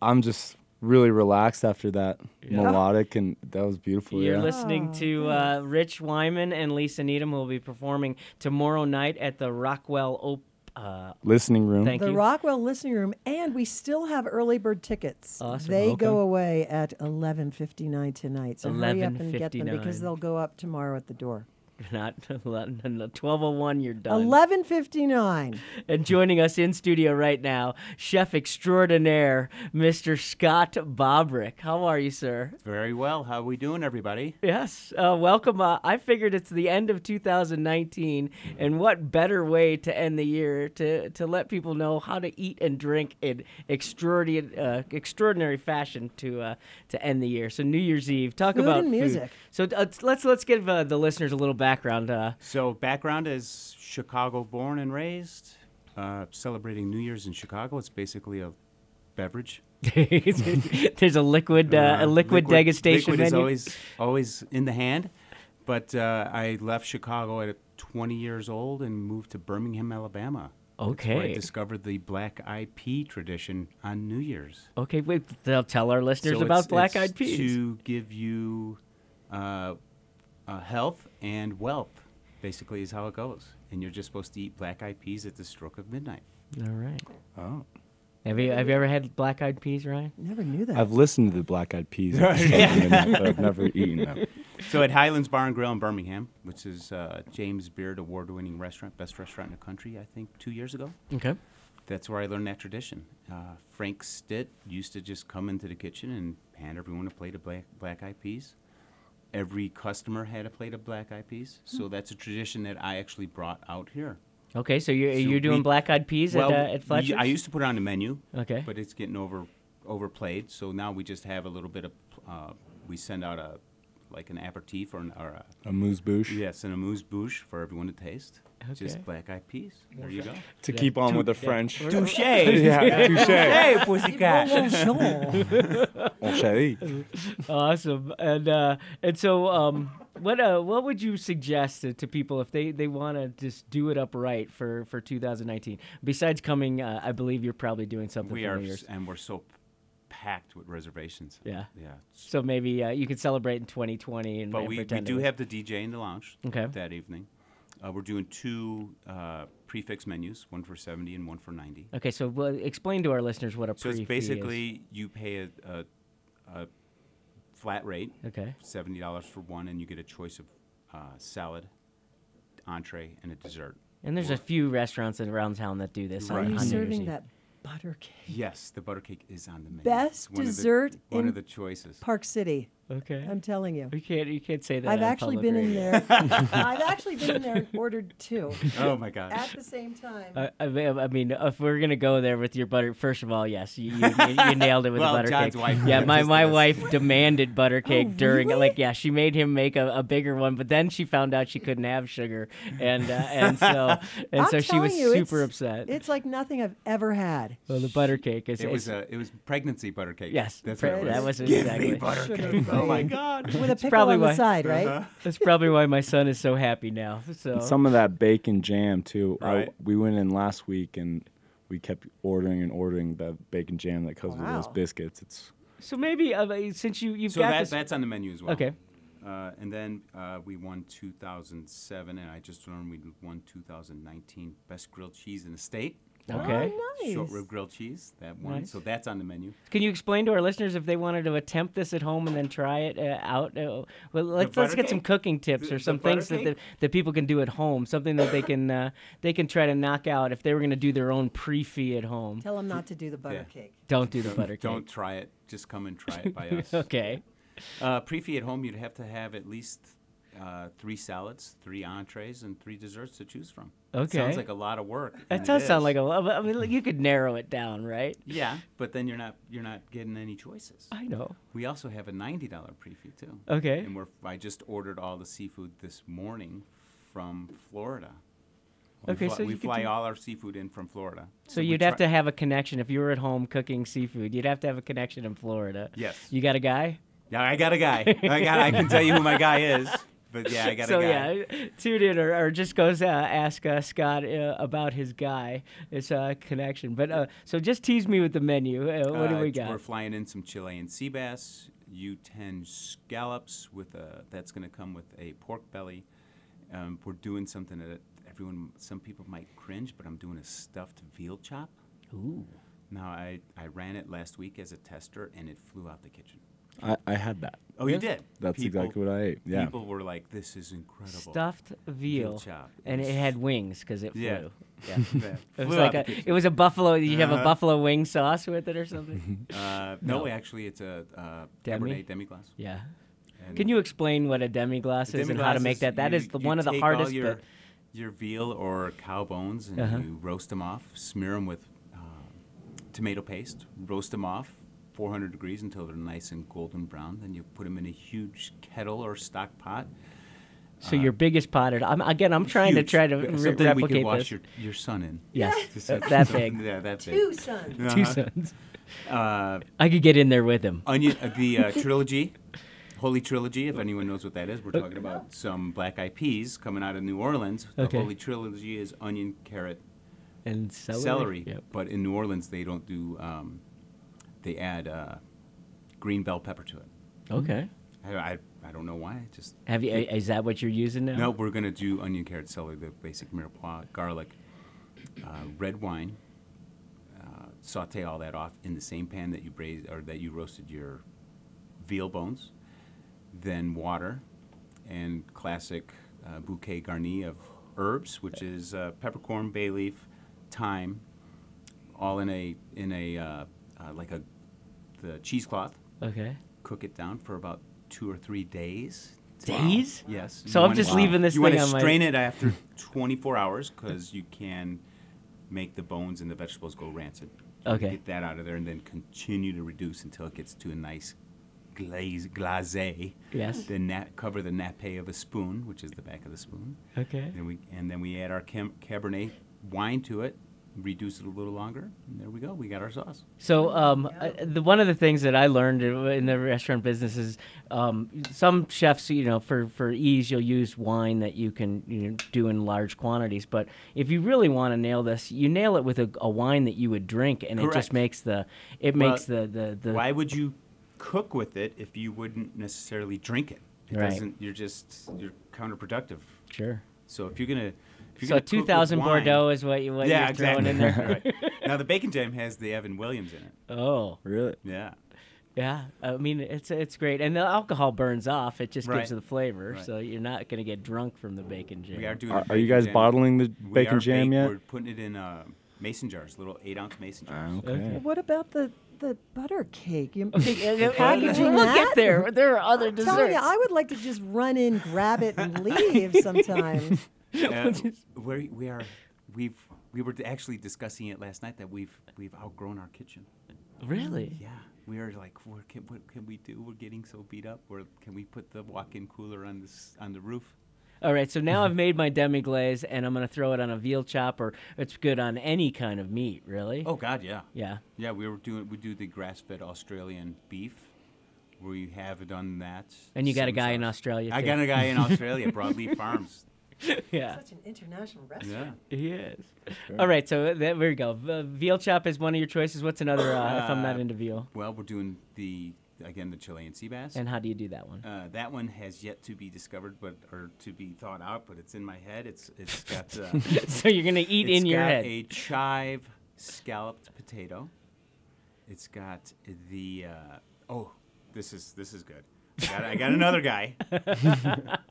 Speaker 2: I'm just really relaxed after that melodic, and that was beautiful.
Speaker 1: You're
Speaker 2: Oh, yeah.
Speaker 1: listening
Speaker 3: Oh,
Speaker 1: to uh, Rich Wyman and Lisa Needham, who will be performing tomorrow night at the Rockwell Op. Uh,
Speaker 2: Listening room.
Speaker 1: thank
Speaker 3: The
Speaker 1: you.
Speaker 3: Rockwell Listening Room, and we still have early bird tickets.
Speaker 1: Awesome.
Speaker 3: They go
Speaker 2: Okay.
Speaker 3: away at eleven fifty nine tonight. So hurry up and get them
Speaker 1: 11:59.
Speaker 3: because they'll go up tomorrow at the door.
Speaker 1: [LAUGHS] Not [LAUGHS] 1201, you're done.
Speaker 3: Eleven fifty nine.
Speaker 1: And joining us in studio right now, chef extraordinaire, Mr. Scott Bobrick. How are you, sir?
Speaker 6: Very well. How we doing, everybody?
Speaker 1: Yes, uh, welcome. Uh, I figured it's the end of 2019,
Speaker 6: Mm-hmm.
Speaker 1: and what better way to end the year to, to let people know how to eat and drink in extraordinary, uh, extraordinary fashion to uh, to end the year. So New Year's Eve, talk
Speaker 3: Food
Speaker 1: about
Speaker 3: and music.
Speaker 1: Food. So uh, let's let's give uh, the listeners a little background.
Speaker 6: [LAUGHS]
Speaker 1: Uh, [LAUGHS]
Speaker 6: So, background is Chicago born and raised, uh, celebrating New Year's in Chicago. It's basically a beverage.
Speaker 1: there's a liquid uh, a
Speaker 6: Uh,
Speaker 1: liquid, degustation
Speaker 6: liquid is
Speaker 1: menu.
Speaker 6: always, always in the hand. But uh, I left Chicago at 20 years old and moved to Birmingham, Alabama. That's where
Speaker 1: Okay.
Speaker 6: I discovered the black eyed pea tradition on New Year's.
Speaker 1: okay, wait, they'll tell our listeners
Speaker 6: So
Speaker 1: about
Speaker 6: it's-
Speaker 1: black
Speaker 6: it's
Speaker 1: eyed peas.
Speaker 6: to give you uh, uh, health and wealth. Basically, is how it goes, and you're just supposed to eat black eyed peas at the stroke of midnight.
Speaker 1: All right.
Speaker 2: Oh.
Speaker 1: Have you have you ever had black eyed peas, Ryan?
Speaker 3: Never knew that.
Speaker 2: I've listened to the Black Eyed
Speaker 6: [LAUGHS]
Speaker 2: Peas, episode, but I've never eaten them.
Speaker 6: So at Highlands Bar and Grill in Birmingham, which is uh, James Beard award-winning restaurant, best restaurant in the country, I think, two years ago.
Speaker 1: Okay.
Speaker 6: That's where I learned that tradition. Uh, Frank Stitt used to just come into the kitchen and hand everyone a plate of black, black eyed peas. Every customer had a plate of black eyed peas.
Speaker 1: Hmm.
Speaker 6: So that's a tradition that I actually brought out here.
Speaker 1: Okay, so you're
Speaker 6: So
Speaker 1: you're doing
Speaker 6: we-
Speaker 1: black eyed peas
Speaker 6: well,
Speaker 1: at uh, at
Speaker 6: we-
Speaker 1: Fletcher's.
Speaker 6: I used to put it on the menu.
Speaker 1: Okay.
Speaker 6: But it's getting over overplayed. So now we just have a little bit of, uh, we send out a, like an aperitif or, an, or a,
Speaker 2: A moose boosh.
Speaker 6: yes, an amuse bouche for everyone to taste.
Speaker 1: Okay.
Speaker 6: Just black eyed peas. There you go.
Speaker 2: To keep on with the French.
Speaker 6: Touche.
Speaker 2: [LAUGHS] Yeah, touche.
Speaker 6: Hey, pussycat. [LAUGHS]
Speaker 2: [LAUGHS] Mon chéri.
Speaker 1: awesome, and uh, and so um, what uh, what would you suggest to, to people if they they want to just do it upright for for 2019? Besides coming, uh, I believe you're probably doing something.
Speaker 6: We
Speaker 1: for
Speaker 6: are,
Speaker 1: New Year's.
Speaker 6: s- and we're so packed with reservations.
Speaker 1: Yeah.
Speaker 6: Yeah.
Speaker 1: So maybe uh, you could celebrate in 2020 and,
Speaker 6: But
Speaker 1: and
Speaker 6: we, we
Speaker 1: pretend it
Speaker 6: do
Speaker 1: was-
Speaker 6: have the DJ in the lounge
Speaker 1: Okay.
Speaker 6: that evening. Uh, we're doing two uh, prefix menus, one for 70 and one for 90.
Speaker 1: Okay, so well, explain to our listeners what a
Speaker 6: So
Speaker 1: pre
Speaker 6: it's basically you pay a, a, a flat rate,
Speaker 1: Okay.
Speaker 6: seventy dollars for one, and you get a choice of uh, salad, entree, and a dessert.
Speaker 1: And there's a few restaurants around town that do this.
Speaker 3: Are
Speaker 1: On,
Speaker 6: Right.
Speaker 1: on
Speaker 3: you
Speaker 1: New Year's
Speaker 3: serving
Speaker 1: Eve.
Speaker 3: that butter cake?
Speaker 6: Yes, the butter cake is on the menu.
Speaker 3: Best
Speaker 6: It's one of the-
Speaker 3: dessert
Speaker 6: one
Speaker 3: in
Speaker 6: of the choices.
Speaker 3: Park City.
Speaker 1: Okay.
Speaker 3: I'm telling you.
Speaker 1: you can't. You can't say that.
Speaker 3: I've
Speaker 1: on
Speaker 3: actually
Speaker 1: public
Speaker 3: been in
Speaker 1: radio.
Speaker 3: there.
Speaker 1: [LAUGHS]
Speaker 3: I've actually been in there and ordered two
Speaker 6: oh my
Speaker 3: at
Speaker 6: gosh!
Speaker 3: the same time.
Speaker 1: I, I mean- I mean, if we're gonna go there with your butter, first of all, yes, you, you, you you nailed it with
Speaker 6: [LAUGHS] Well,
Speaker 1: the butter
Speaker 6: John's
Speaker 1: cake.
Speaker 6: wife
Speaker 1: yeah,
Speaker 6: was
Speaker 1: my,
Speaker 6: just
Speaker 1: my
Speaker 6: this.
Speaker 1: wife demanded butter cake during
Speaker 3: Oh, really?
Speaker 1: like yeah, she made him make a, a bigger one, but then she found out she couldn't have sugar, and uh, and so
Speaker 6: [LAUGHS]
Speaker 1: and
Speaker 3: I'm
Speaker 1: so she was
Speaker 3: telling you,
Speaker 1: super
Speaker 3: it's-
Speaker 1: upset.
Speaker 3: It's like nothing I've ever had.
Speaker 1: well, the butter cake is
Speaker 6: It was
Speaker 1: is-
Speaker 6: a it was pregnancy butter cake.
Speaker 1: yes,
Speaker 6: that's
Speaker 1: pre-
Speaker 6: what it was.
Speaker 1: that was
Speaker 5: Give
Speaker 1: exactly.
Speaker 5: me butter
Speaker 3: Sugar
Speaker 5: cake. Oh my
Speaker 3: free.
Speaker 6: God.
Speaker 3: With a pickle
Speaker 1: probably
Speaker 3: on the
Speaker 1: why- Uh-huh.
Speaker 3: side, right?
Speaker 1: [LAUGHS] That's probably why my son is so happy now. So
Speaker 2: And some of that bacon jam too. I-
Speaker 6: Oh. Right.
Speaker 2: we went in last week and we kept ordering and ordering the bacon jam that comes with
Speaker 3: Wow.
Speaker 2: those biscuits. It's
Speaker 1: so maybe uh, since you you've
Speaker 6: So
Speaker 1: got
Speaker 6: that,
Speaker 1: this.
Speaker 6: that's on the menu as well.
Speaker 1: Okay.
Speaker 6: Uh, and then uh, we won 2007, and I just learned we won 2019 Best Grilled Cheese in the State.
Speaker 1: okay.
Speaker 3: Oh, nice.
Speaker 6: Short rib grilled cheese, that one.
Speaker 1: Nice.
Speaker 6: So that's on the menu.
Speaker 1: Can you explain to our listeners if they wanted to attempt this at home and then try it uh, out? Uh, well, let's let's
Speaker 6: butter
Speaker 1: get some
Speaker 6: cake?
Speaker 1: cooking tips
Speaker 6: The-
Speaker 1: or
Speaker 6: the
Speaker 1: some
Speaker 6: butter
Speaker 1: things that,
Speaker 6: cake?
Speaker 1: that that people can do at home. Something that they can uh, they can try to knock out if they were going to do their own pre-fee at home.
Speaker 3: Tell them not to do the butter
Speaker 6: Yeah.
Speaker 3: cake.
Speaker 1: Don't
Speaker 6: [LAUGHS]
Speaker 1: do the butter cake.
Speaker 6: Don't try it. Just come and try
Speaker 1: [LAUGHS]
Speaker 6: it by us.
Speaker 1: Okay.
Speaker 6: Uh, Pre-fee at home, you'd have to have at least uh, three salads, three entrees, and three desserts to choose from. It
Speaker 1: Okay.
Speaker 6: sounds like a lot of work. and
Speaker 1: That
Speaker 6: it
Speaker 1: does sound
Speaker 6: is.
Speaker 1: like a lot. I mean, like, you could narrow it down, right?
Speaker 6: yeah, but then you're not you're not getting any choices.
Speaker 1: I know.
Speaker 6: We also have a ninety dollar pre-fee too.
Speaker 1: Uh, Okay.
Speaker 6: And we're I just ordered all the seafood this morning from Florida. We
Speaker 1: Okay,
Speaker 6: fly,
Speaker 1: so
Speaker 6: we
Speaker 1: you could
Speaker 6: fly
Speaker 1: do-
Speaker 6: all our seafood in from Florida.
Speaker 1: So
Speaker 6: we
Speaker 1: you'd have
Speaker 6: try-
Speaker 1: to have a connection if you were at home cooking seafood. You'd have to have a connection in Florida.
Speaker 6: Yes.
Speaker 1: You got a guy?
Speaker 6: Yeah, I got a guy. I got. I can tell you who my guy
Speaker 1: [LAUGHS]
Speaker 6: is. But yeah, I got
Speaker 1: so
Speaker 6: a guy.
Speaker 1: yeah, tune in or, or just goes uh, ask uh, Scott uh, about his guy, his uh, connection. But uh, so just tease me with the menu. Uh, what do
Speaker 6: Uh,
Speaker 1: we
Speaker 6: We're
Speaker 1: got?
Speaker 6: flying in some Chilean sea bass, U10 scallops with a that's going to come with a pork belly. Um, we're doing something that everyone, some people might cringe, but I'm doing a stuffed veal chop.
Speaker 1: Ooh.
Speaker 6: Now I I ran it last week as a tester, and it flew out the kitchen.
Speaker 2: I, I had that.
Speaker 6: Oh, you did.
Speaker 2: That's
Speaker 6: People-
Speaker 2: exactly what I ate. Yeah.
Speaker 6: People were like, "This is incredible."
Speaker 1: Stuffed veal,
Speaker 6: chop.
Speaker 1: and it
Speaker 6: Yes.
Speaker 1: had wings because it flew.
Speaker 6: Yeah.
Speaker 1: Yeah.
Speaker 6: Yeah, [LAUGHS]
Speaker 1: It was
Speaker 6: flew
Speaker 1: like
Speaker 6: out
Speaker 1: a,
Speaker 6: the Uh-huh. kitchen.
Speaker 1: it was a buffalo. You have a buffalo wing sauce with it or
Speaker 6: [LAUGHS]
Speaker 1: something.
Speaker 6: Uh, no, actually, it's a uh,
Speaker 1: Demi?
Speaker 6: Cabernet demi glace.
Speaker 1: yeah.
Speaker 6: And-
Speaker 1: Can you explain what a demi glace is and how to make that? That is the, one of the hardest. uh,
Speaker 6: your,
Speaker 1: bit.
Speaker 6: your veal or cow bones and
Speaker 1: Uh-huh.
Speaker 6: you roast them off, smear them with uh, tomato paste, roast them off 400 degrees until they're nice and golden brown. Then you put them in a huge kettle or stock pot.
Speaker 1: So your biggest pot. at- I'm, again, I'm trying to
Speaker 6: uh, Huge.
Speaker 1: try to re-
Speaker 6: something
Speaker 1: replicate
Speaker 6: we can wash
Speaker 1: this.
Speaker 6: your, your son in.
Speaker 1: Yes.
Speaker 6: Just
Speaker 1: That-
Speaker 6: something- [LAUGHS]
Speaker 1: that
Speaker 6: something-
Speaker 1: big.
Speaker 6: Yeah, that big.
Speaker 3: Two sons.
Speaker 6: [LAUGHS]
Speaker 1: Two
Speaker 6: Uh-huh.
Speaker 1: sons.
Speaker 6: Uh,
Speaker 1: I could get in there with him.
Speaker 6: onion, uh,
Speaker 1: [LAUGHS]
Speaker 6: the uh, trilogy, Holy Trilogy, if anyone knows what that is, we're
Speaker 1: Uh,
Speaker 6: talking about some black eyed peas coming out of New Orleans. The
Speaker 1: Okay.
Speaker 6: Holy Trilogy is onion, carrot,
Speaker 1: And celery.
Speaker 6: celery.
Speaker 1: Yep.
Speaker 6: But in New Orleans, they don't do, um, they add uh, green bell pepper to it.
Speaker 1: Okay.
Speaker 6: I, I, I don't know why. Just
Speaker 1: Have you? Is that what you're using now?
Speaker 6: No, we're going to do onion, carrot, celery, the basic mirepoix, garlic, uh, red wine. Uh, saute all that off in the same pan that you braised or that you roasted your veal bones. Then water and classic uh, bouquet garni of herbs, which is uh, peppercorn, bay leaf, thyme, all in a in a uh, uh, like a the cheesecloth.
Speaker 1: Okay.
Speaker 6: Cook it down for about two or three days.
Speaker 1: Days?
Speaker 6: Yes.
Speaker 1: So
Speaker 6: you
Speaker 1: I'm
Speaker 6: wanna-
Speaker 1: just leaving this
Speaker 6: You
Speaker 1: thing
Speaker 6: want to
Speaker 1: on my-
Speaker 6: strain it after [LAUGHS] 24 hours because you can make the bones and the vegetables go rancid. You
Speaker 1: Okay.
Speaker 6: Get that out of there and then continue to reduce until it gets to a nice glaze, glaze.
Speaker 1: Yes.
Speaker 6: Then nap, cover the nappe of a spoon, which is the back of the spoon.
Speaker 1: Okay.
Speaker 6: Then we and then we add our cam- Cabernet wine to it, reduce it a little longer, and there we go. We got our sauce.
Speaker 1: So um, uh, the one of the things that I learned in in the restaurant business is um, some chefs, you know, for, for ease, you'll use wine that you can you know, do in large quantities. But if you really want to nail this, you nail it with a, a wine that you would drink, and it just
Speaker 6: Correct.
Speaker 1: makes the it
Speaker 6: Well,
Speaker 1: makes the the, the
Speaker 6: Why would you cook with it if you wouldn't necessarily drink it? It
Speaker 1: Right.
Speaker 6: doesn't. You're just you're counterproductive.
Speaker 1: sure.
Speaker 6: So if you're gonna, if
Speaker 1: So
Speaker 6: you're gonna cook with
Speaker 1: two thousand
Speaker 6: wine-
Speaker 1: Bordeaux is what you what
Speaker 6: yeah,
Speaker 1: you're throwing
Speaker 6: exactly.
Speaker 1: in there. [LAUGHS]
Speaker 6: Right. Now the bacon jam has the Evan Williams in it.
Speaker 1: Oh,
Speaker 2: Really?
Speaker 6: Yeah.
Speaker 1: yeah. I mean, it's it's great, and the alcohol burns off. It just
Speaker 6: Right.
Speaker 1: gives it the flavor,
Speaker 6: Right.
Speaker 1: so you're not gonna get drunk from the bacon jam.
Speaker 6: We are doing. a
Speaker 2: Are, are you
Speaker 6: bacon
Speaker 2: guys
Speaker 6: jam.
Speaker 2: bottling the
Speaker 6: We
Speaker 2: bacon
Speaker 6: are
Speaker 2: jam
Speaker 6: bake-
Speaker 2: yet?
Speaker 6: We're putting it in uh, mason jars, little eight ounce mason jars.
Speaker 2: Ah, okay.
Speaker 1: [LAUGHS] Okay.
Speaker 3: What about the, the butter cake?
Speaker 6: [LAUGHS]
Speaker 3: You
Speaker 1: Packaging.
Speaker 3: packaging
Speaker 1: Look
Speaker 3: that?
Speaker 1: at there. There are other
Speaker 3: I'm telling
Speaker 1: desserts.
Speaker 3: you, I would like to just run in, grab it,
Speaker 6: [LAUGHS]
Speaker 3: and leave sometime.
Speaker 6: Uh, we're, we are, we've, we were actually discussing it last night that we've, we've outgrown our kitchen.
Speaker 1: Really?
Speaker 6: Yeah, we are like, we're, can, what can we do? We're getting so beat up. We're, can we put the walk-in cooler on this on the roof?
Speaker 1: All right. So now I've made my demi glaze, and I'm gonna throw it on a veal chop, or it's good on any kind of meat, really.
Speaker 6: Oh God, yeah,
Speaker 1: Yeah.
Speaker 6: yeah. We were doing, we do the grass-fed Australian beef. We have done that.
Speaker 1: And you got a
Speaker 6: Some
Speaker 1: guy in
Speaker 6: sauce.
Speaker 1: Australia.
Speaker 6: I
Speaker 1: too.
Speaker 6: got
Speaker 1: [LAUGHS]
Speaker 6: a guy in Australia, Broadleaf Farms.
Speaker 1: Yeah.
Speaker 3: Such an international
Speaker 6: Yeah.
Speaker 3: restaurant.
Speaker 1: He is. All right. So that, there we go. V- veal chop is one of your choices. What's another? Uh, if I'm not
Speaker 6: Uh,
Speaker 1: into veal.
Speaker 6: Well, we're doing the again the Chilean sea bass.
Speaker 1: And how do you do that
Speaker 6: [LAUGHS]
Speaker 1: one? [LAUGHS]
Speaker 6: Uh, that one has yet to be discovered, but or to be thought out, but it's in my head. It's it's got uh,
Speaker 1: [LAUGHS]
Speaker 6: it's
Speaker 1: so you're gonna eat in your
Speaker 6: got
Speaker 1: head.
Speaker 6: a chive scalloped potato. It's got the uh, oh, this is this is good. I got, I got
Speaker 1: [LAUGHS]
Speaker 6: another guy.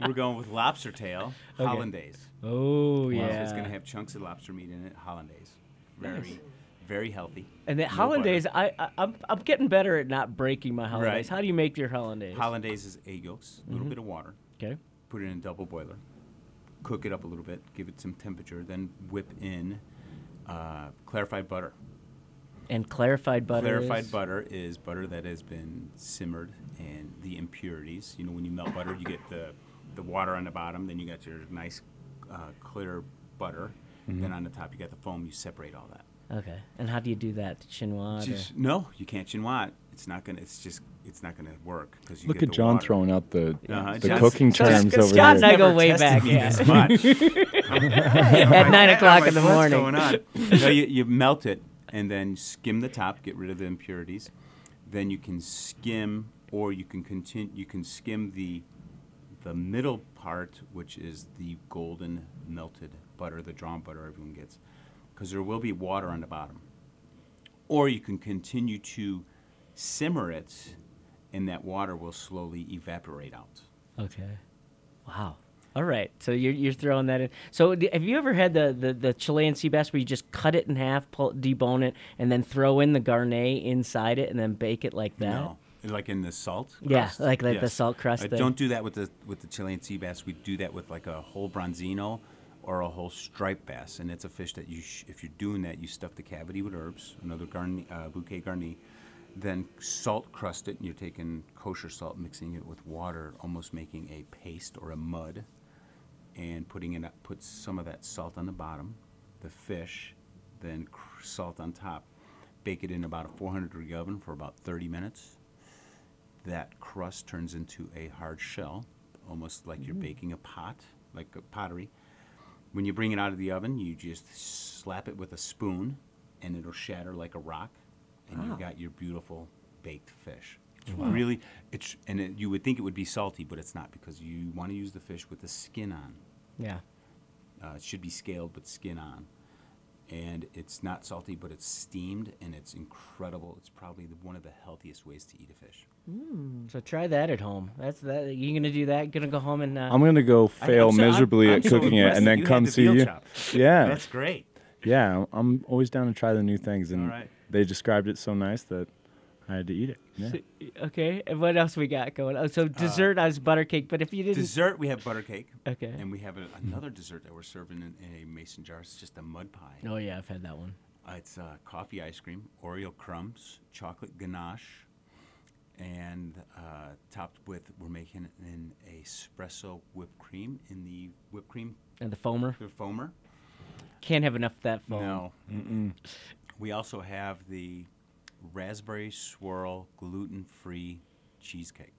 Speaker 6: We're going with lobster tail hollandaise.
Speaker 1: oh
Speaker 6: Wow.
Speaker 1: yeah.
Speaker 6: So it's gonna have chunks of lobster meat in it. Hollandaise, very very healthy.
Speaker 1: and that
Speaker 6: No butter.
Speaker 1: hollandaise, I, I I'm I'm getting better at not breaking my hollandaise.
Speaker 6: Right.
Speaker 1: How do you make your hollandaise?
Speaker 6: hollandaise is egg yolks, a little
Speaker 1: Mm-hmm.
Speaker 6: bit of water.
Speaker 1: okay.
Speaker 6: put it in a double boiler, cook it up a little bit, give it some temperature, then whip in uh, clarified butter.
Speaker 1: And clarified butter.
Speaker 6: clarified
Speaker 1: is-
Speaker 6: butter is butter that has been simmered and the impurities. You know, when you melt butter, you get the, the water on the bottom, then you got your nice uh, clear butter.
Speaker 2: Mm-hmm.
Speaker 6: Then on the top, you got the foam. You separate all that.
Speaker 1: Okay. And how do you do that? Chinois. or-
Speaker 6: Just- no, you can't chinois. it. It's not gonna. It's just. It's not gonna work because you
Speaker 2: Look
Speaker 6: get
Speaker 2: at
Speaker 6: the
Speaker 2: John
Speaker 6: water.
Speaker 2: throwing out the,
Speaker 6: Uh-huh,
Speaker 2: the
Speaker 6: John's-
Speaker 2: cooking
Speaker 6: John's-
Speaker 2: terms over
Speaker 1: Scott and
Speaker 2: here.
Speaker 1: I go
Speaker 6: Never
Speaker 1: way
Speaker 6: tested
Speaker 1: back,
Speaker 6: me
Speaker 1: yeah.
Speaker 6: this [LAUGHS] much.
Speaker 1: [LAUGHS] At nine o'clock in the
Speaker 6: What's
Speaker 1: morning.
Speaker 6: going on? no, you, you melt it and then skim the top, get rid of the impurities. Then you can skim, or you can continue. You can skim the the middle part, which is the golden melted butter, the drawn butter everyone gets, because there will be water on the bottom. Or you can continue to simmer it, and that water will slowly evaporate out.
Speaker 1: Okay. Wow. All right. So you're, you're throwing that in. So d- have you ever had the, the, the Chilean sea bass where you just cut it in half, pull, debone it, and then throw in the garnet inside it and then bake it like that?
Speaker 6: No, like in the salt.
Speaker 1: Yeah,
Speaker 6: crust?
Speaker 1: like- like the salt crust
Speaker 6: I
Speaker 1: thing.
Speaker 6: don't do that with the with the Chilean sea bass. We do that with like a whole bronzino or a whole striped bass, and it's a fish that you sh- if you're doing that, you stuff the cavity with herbs, another garni- uh, bouquet garni, then salt crust it, and you're taking kosher salt, mixing it with water, almost making a paste or a mud, and putting it up- put some of that salt on the bottom, the fish, then cr- salt on top. Bake it in about a 400 degree oven for about 30 minutes that crust turns into a hard shell, almost like you're baking a pot, like a pottery. When you bring it out of the oven, you just slap it with a spoon, and it'll shatter like a rock, and you've got your beautiful baked fish. It's Really, it's and it, you would think it would be salty, but it's not because you want to use the fish with the skin on.
Speaker 1: Yeah.
Speaker 6: Uh, it should be scaled, but skin on. And it's not salty, but it's steamed, and it's incredible. It's probably the, one of the healthiest ways to eat a fish.
Speaker 1: So try that at home. That's that. You gonna do that? Gonna go home and uh,
Speaker 2: I'm gonna go
Speaker 6: I-
Speaker 2: fail
Speaker 6: I'm so- I'm-
Speaker 2: miserably
Speaker 6: I'm
Speaker 2: at
Speaker 6: so
Speaker 2: cooking it,
Speaker 6: impressed
Speaker 2: and
Speaker 6: that
Speaker 2: then
Speaker 6: you
Speaker 2: come
Speaker 6: had the
Speaker 2: see
Speaker 6: veal
Speaker 2: you.
Speaker 6: chop.
Speaker 2: Yeah,
Speaker 6: That's great.
Speaker 2: yeah. I'm always down to try the new things, and
Speaker 6: Alright.
Speaker 2: they described it so nice that I had to eat it. Yeah.
Speaker 1: okay. And what else we got going? on? So dessert as butter cake. But if you didn't,
Speaker 6: Uh, Dessert, we have butter cake.
Speaker 1: Okay.
Speaker 6: And we have a, another dessert that we're serving in, in a mason jar. It's just a mud pie.
Speaker 1: oh yeah, I've had that one.
Speaker 6: Uh, it's uh, coffee ice cream, Oreo crumbs, chocolate ganache, and uh, topped with, we're making it in espresso whipped cream in the whipped cream
Speaker 1: And the foamer.
Speaker 6: the foamer.
Speaker 1: Can't have enough of that phone.
Speaker 6: No. We also have the raspberry swirl gluten free cheesecake.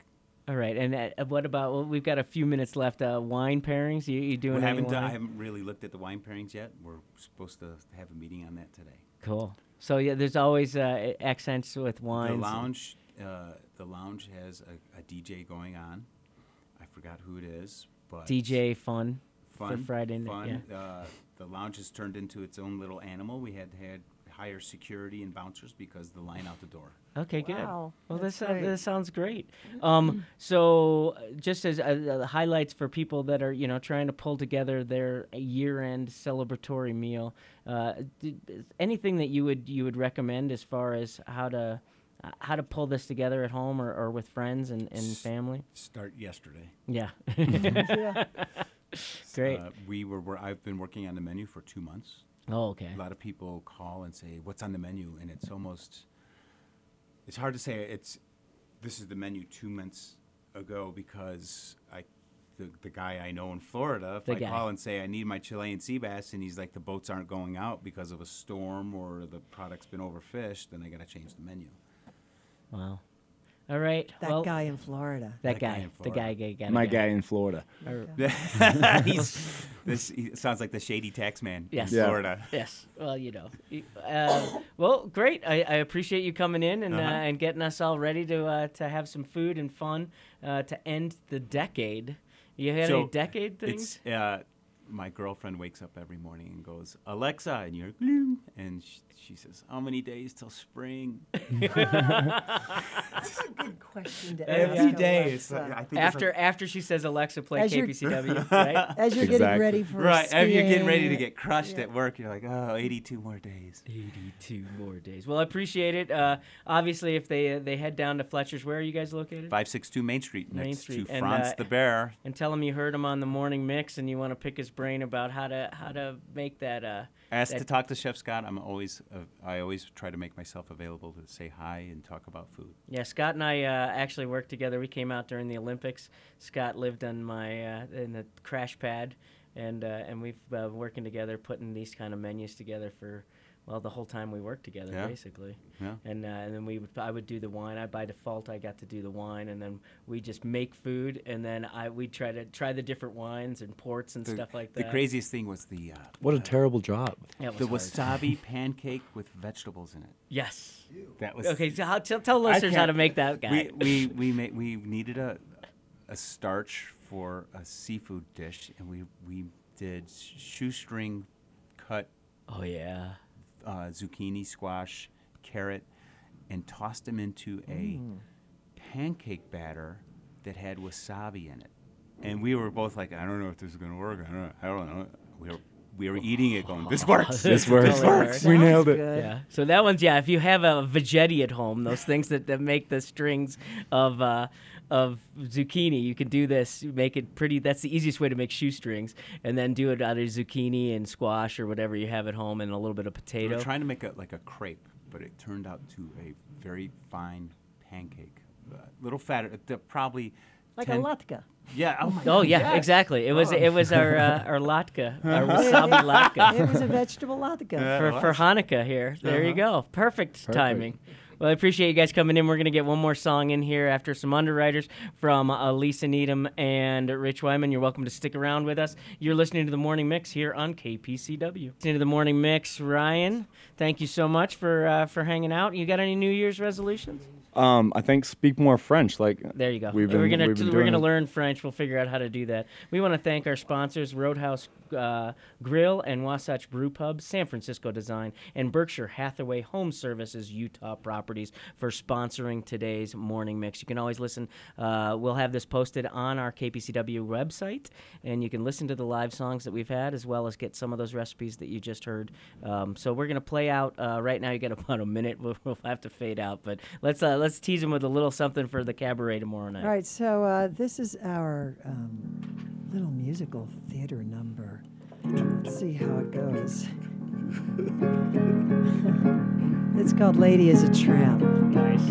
Speaker 1: All right, and uh, what about? Well, we've got a few minutes left. Uh, wine pairings? You, you doing?
Speaker 6: We
Speaker 1: any
Speaker 6: haven't done, I
Speaker 1: wine?
Speaker 6: haven't really looked at the wine pairings yet. We're supposed to have a meeting on that today.
Speaker 1: Cool. So yeah, there's always uh, accents with wines.
Speaker 6: The
Speaker 1: and-
Speaker 6: lounge, uh, the lounge has a, a DJ going on. I forgot who it is, but
Speaker 1: DJ fun,
Speaker 6: fun
Speaker 1: for Friday night.
Speaker 6: Fun.
Speaker 1: Yeah.
Speaker 6: Uh, the lounge has turned into its own little animal. We had had higher security and bouncers because the line out the door.
Speaker 1: Okay, good.
Speaker 3: Wow,
Speaker 1: Well,
Speaker 3: that's
Speaker 1: that sounds,
Speaker 3: great.
Speaker 1: that sounds great. Um, so, uh, just as uh, uh, highlights for people that are you know trying to pull together their uh, year-end celebratory meal, uh, d- is anything that you would you would recommend as far as how to uh, how to pull this together at home or, or with friends and, and family?
Speaker 6: Start yesterday.
Speaker 1: Yeah,
Speaker 3: yeah.
Speaker 1: [LAUGHS] great.
Speaker 6: Uh, we were, were. I've been working on the menu for two months.
Speaker 1: oh, okay.
Speaker 6: A lot of people call and say, "What's on the menu?" And it's almost it's hard to say. It's this is the menu two months ago because I the, the guy I know in Florida. If
Speaker 1: The
Speaker 6: I
Speaker 1: guy.
Speaker 6: call and say I need my Chilean sea bass, and he's like, "The boats aren't going out because of a storm or the product's been overfished," then I got to change the menu. [LAUGHS]
Speaker 1: Wow. All right.
Speaker 3: That
Speaker 1: well,
Speaker 3: guy in Florida.
Speaker 1: That
Speaker 6: That
Speaker 1: guy.
Speaker 6: guy in
Speaker 1: the guy.
Speaker 6: Florida.
Speaker 1: guy, guy
Speaker 2: My
Speaker 1: guy.
Speaker 2: guy in Florida.
Speaker 6: he's, this he sounds like the shady tax man
Speaker 1: Yes.
Speaker 6: in
Speaker 1: Yeah.
Speaker 6: Florida.
Speaker 1: Yes. Well, you know. You- Uh, well, great. I, I appreciate you coming in and uh
Speaker 6: Uh-huh.
Speaker 1: and getting us all ready to uh, to have some food and fun uh, to end the decade. You had any decade things?
Speaker 6: It's, uh, my girlfriend wakes up every morning and goes, Alexa, and you're gloom. And she, she says, How many days till
Speaker 1: [LAUGHS]
Speaker 6: spring?
Speaker 3: Good question to
Speaker 1: Every
Speaker 3: ask
Speaker 6: day, it's
Speaker 3: Alexa.
Speaker 6: like- I think it's
Speaker 1: After after she says Alexa play
Speaker 3: As you're- [LAUGHS]
Speaker 1: KPCW, right?
Speaker 3: As you're getting
Speaker 2: Exactly.
Speaker 3: ready for
Speaker 6: like- right. If you're getting
Speaker 3: skiing,
Speaker 6: ready to get crushed
Speaker 3: Yeah.
Speaker 6: at work, you're like, Oh, 82 more days.
Speaker 1: 82 more days. Well, I appreciate it. Uh, obviously, if they uh, they head down to Fletcher's, where are you guys located?
Speaker 6: 562 Main Street,
Speaker 1: Main
Speaker 6: next
Speaker 1: Street,
Speaker 6: to
Speaker 1: and,
Speaker 6: Franz
Speaker 1: uh,
Speaker 6: the Bear.
Speaker 1: And tell him you heard him on the morning mix, and you want to pick his brain about how to how to make that. Uh,
Speaker 6: Asked
Speaker 1: that-
Speaker 6: to talk to Chef Scott. I'm always, uh, I always try to make myself available to say hi and talk about food.
Speaker 1: Yeah, Scott and I uh, actually worked together. We came out during the Olympics. Scott lived on my uh, in the crash pad, and uh, and we've uh, working together, putting these kind of menus together for well the whole time we worked together,
Speaker 6: Yeah.
Speaker 1: basically.
Speaker 6: Yeah.
Speaker 1: And uh, and then we would I would do the wine. I by default I got to do the wine, and then we just make food, and then I we try to try the different wines and ports and
Speaker 6: The,
Speaker 1: stuff like
Speaker 6: the
Speaker 1: that.
Speaker 6: craziest thing was the uh,
Speaker 2: What a terrible job.
Speaker 1: That was
Speaker 6: the
Speaker 1: hard.
Speaker 6: wasabi pancake with vegetables in it.
Speaker 1: Yes.
Speaker 6: That was
Speaker 1: Okay, so how, tell, tell
Speaker 6: I
Speaker 1: listeners how
Speaker 6: can't-
Speaker 1: to make that guy. [LAUGHS]
Speaker 6: We we we, made, we needed a a starch for a seafood dish, and we we did shoestring cut
Speaker 1: oh yeah.
Speaker 6: uh, zucchini, squash, carrot, and tossed them into a
Speaker 1: Mm.
Speaker 6: pancake batter that had wasabi in it. And we were both like, I don't know if this is gonna work. I don't know. I don't know. We were we were eating it, going, this
Speaker 1: [LAUGHS]
Speaker 6: works.
Speaker 1: This
Speaker 2: This works.
Speaker 1: Totally works.
Speaker 2: We nailed it.
Speaker 3: Good.
Speaker 1: Yeah. So that one's yeah. If you have a veggetti at home, those things that, that make the strings of uh, of zucchini, you can do this. you Make it pretty. That's the easiest way to make shoestrings, and then do it out of zucchini and squash or whatever you have at home, and a little bit of
Speaker 6: We
Speaker 1: potato.
Speaker 6: were trying to make a like a crepe, but it turned out to a very fine pancake, a little fatter, uh, probably
Speaker 3: Like
Speaker 6: 10
Speaker 3: a
Speaker 6: [LAUGHS]
Speaker 3: latke.
Speaker 6: Yeah. Oh my.
Speaker 1: Oh yeah, exactly. It was it was our uh, our latke, our wasabi latke.
Speaker 3: It was a vegetable latke.
Speaker 1: for, for Hanukkah here. There you go. Perfect, timing. Well, I appreciate you guys coming in. We're going to get one more song in here after some underwriters from uh, Lisa Needham and Rich Wyman. You're welcome to stick around with us. You're listening to The Morning Mix here on KPCW. Listening to The Morning Mix, Ryan, thank you so much for uh, for hanging out. You got any New Year's resolutions?
Speaker 2: Um, I think speak more French. Like
Speaker 1: There you go.
Speaker 2: We've been,
Speaker 1: we're gonna
Speaker 2: we've been
Speaker 1: we're
Speaker 2: doing
Speaker 1: gonna
Speaker 2: it.
Speaker 1: learn French. We'll figure out how to do that. We want to thank our sponsors: Roadhouse uh, Grill and Wasatch Brew Pub, San Francisco Design, and Berkshire Hathaway Home Services Utah Properties for sponsoring today's morning mix. You can always listen. Uh, we'll have this posted on our KPCW website, and you can listen to the live songs that we've had as well as get some of those recipes that you just heard. Um, so we're gonna play out uh, right now. You got [LAUGHS] about a minute. We'll, we'll have to fade out, but let's uh, let's tease them with a little something for the cabaret tomorrow night.
Speaker 3: All right, so uh, this is our um, little musical theater number. Let's see how it goes. [LAUGHS] it's called Lady is a Tramp.
Speaker 1: Nice.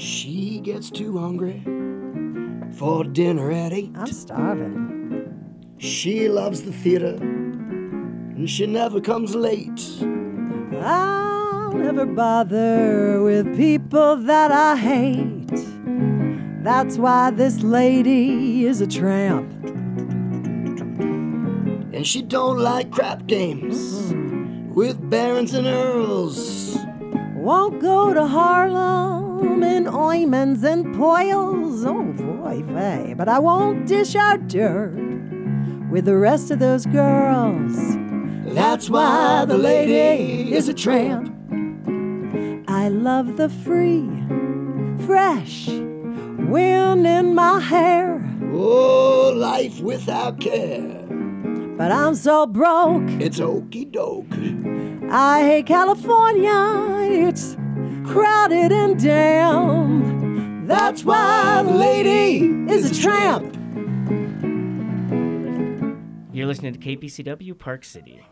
Speaker 4: She gets too hungry for dinner at eight.
Speaker 3: I'm starving.
Speaker 5: She loves the theater, and she never comes late.
Speaker 3: I'll never bother with people that I hate. That's why this lady is a tramp.
Speaker 5: And she don't like crap games with barons and earls.
Speaker 3: Won't go to Harlem in ointments and poils. Oh boy, vey. But I won't dish out dirt with the rest of those girls.
Speaker 5: That's why the lady is a tramp.
Speaker 3: I love the free, fresh wind in my hair.
Speaker 5: Oh, life without care.
Speaker 3: But I'm so broke.
Speaker 5: It's okey doke.
Speaker 3: I hate California. It's crowded and damn. That's why the lady is a tramp.
Speaker 1: You're listening to KPCW Park City.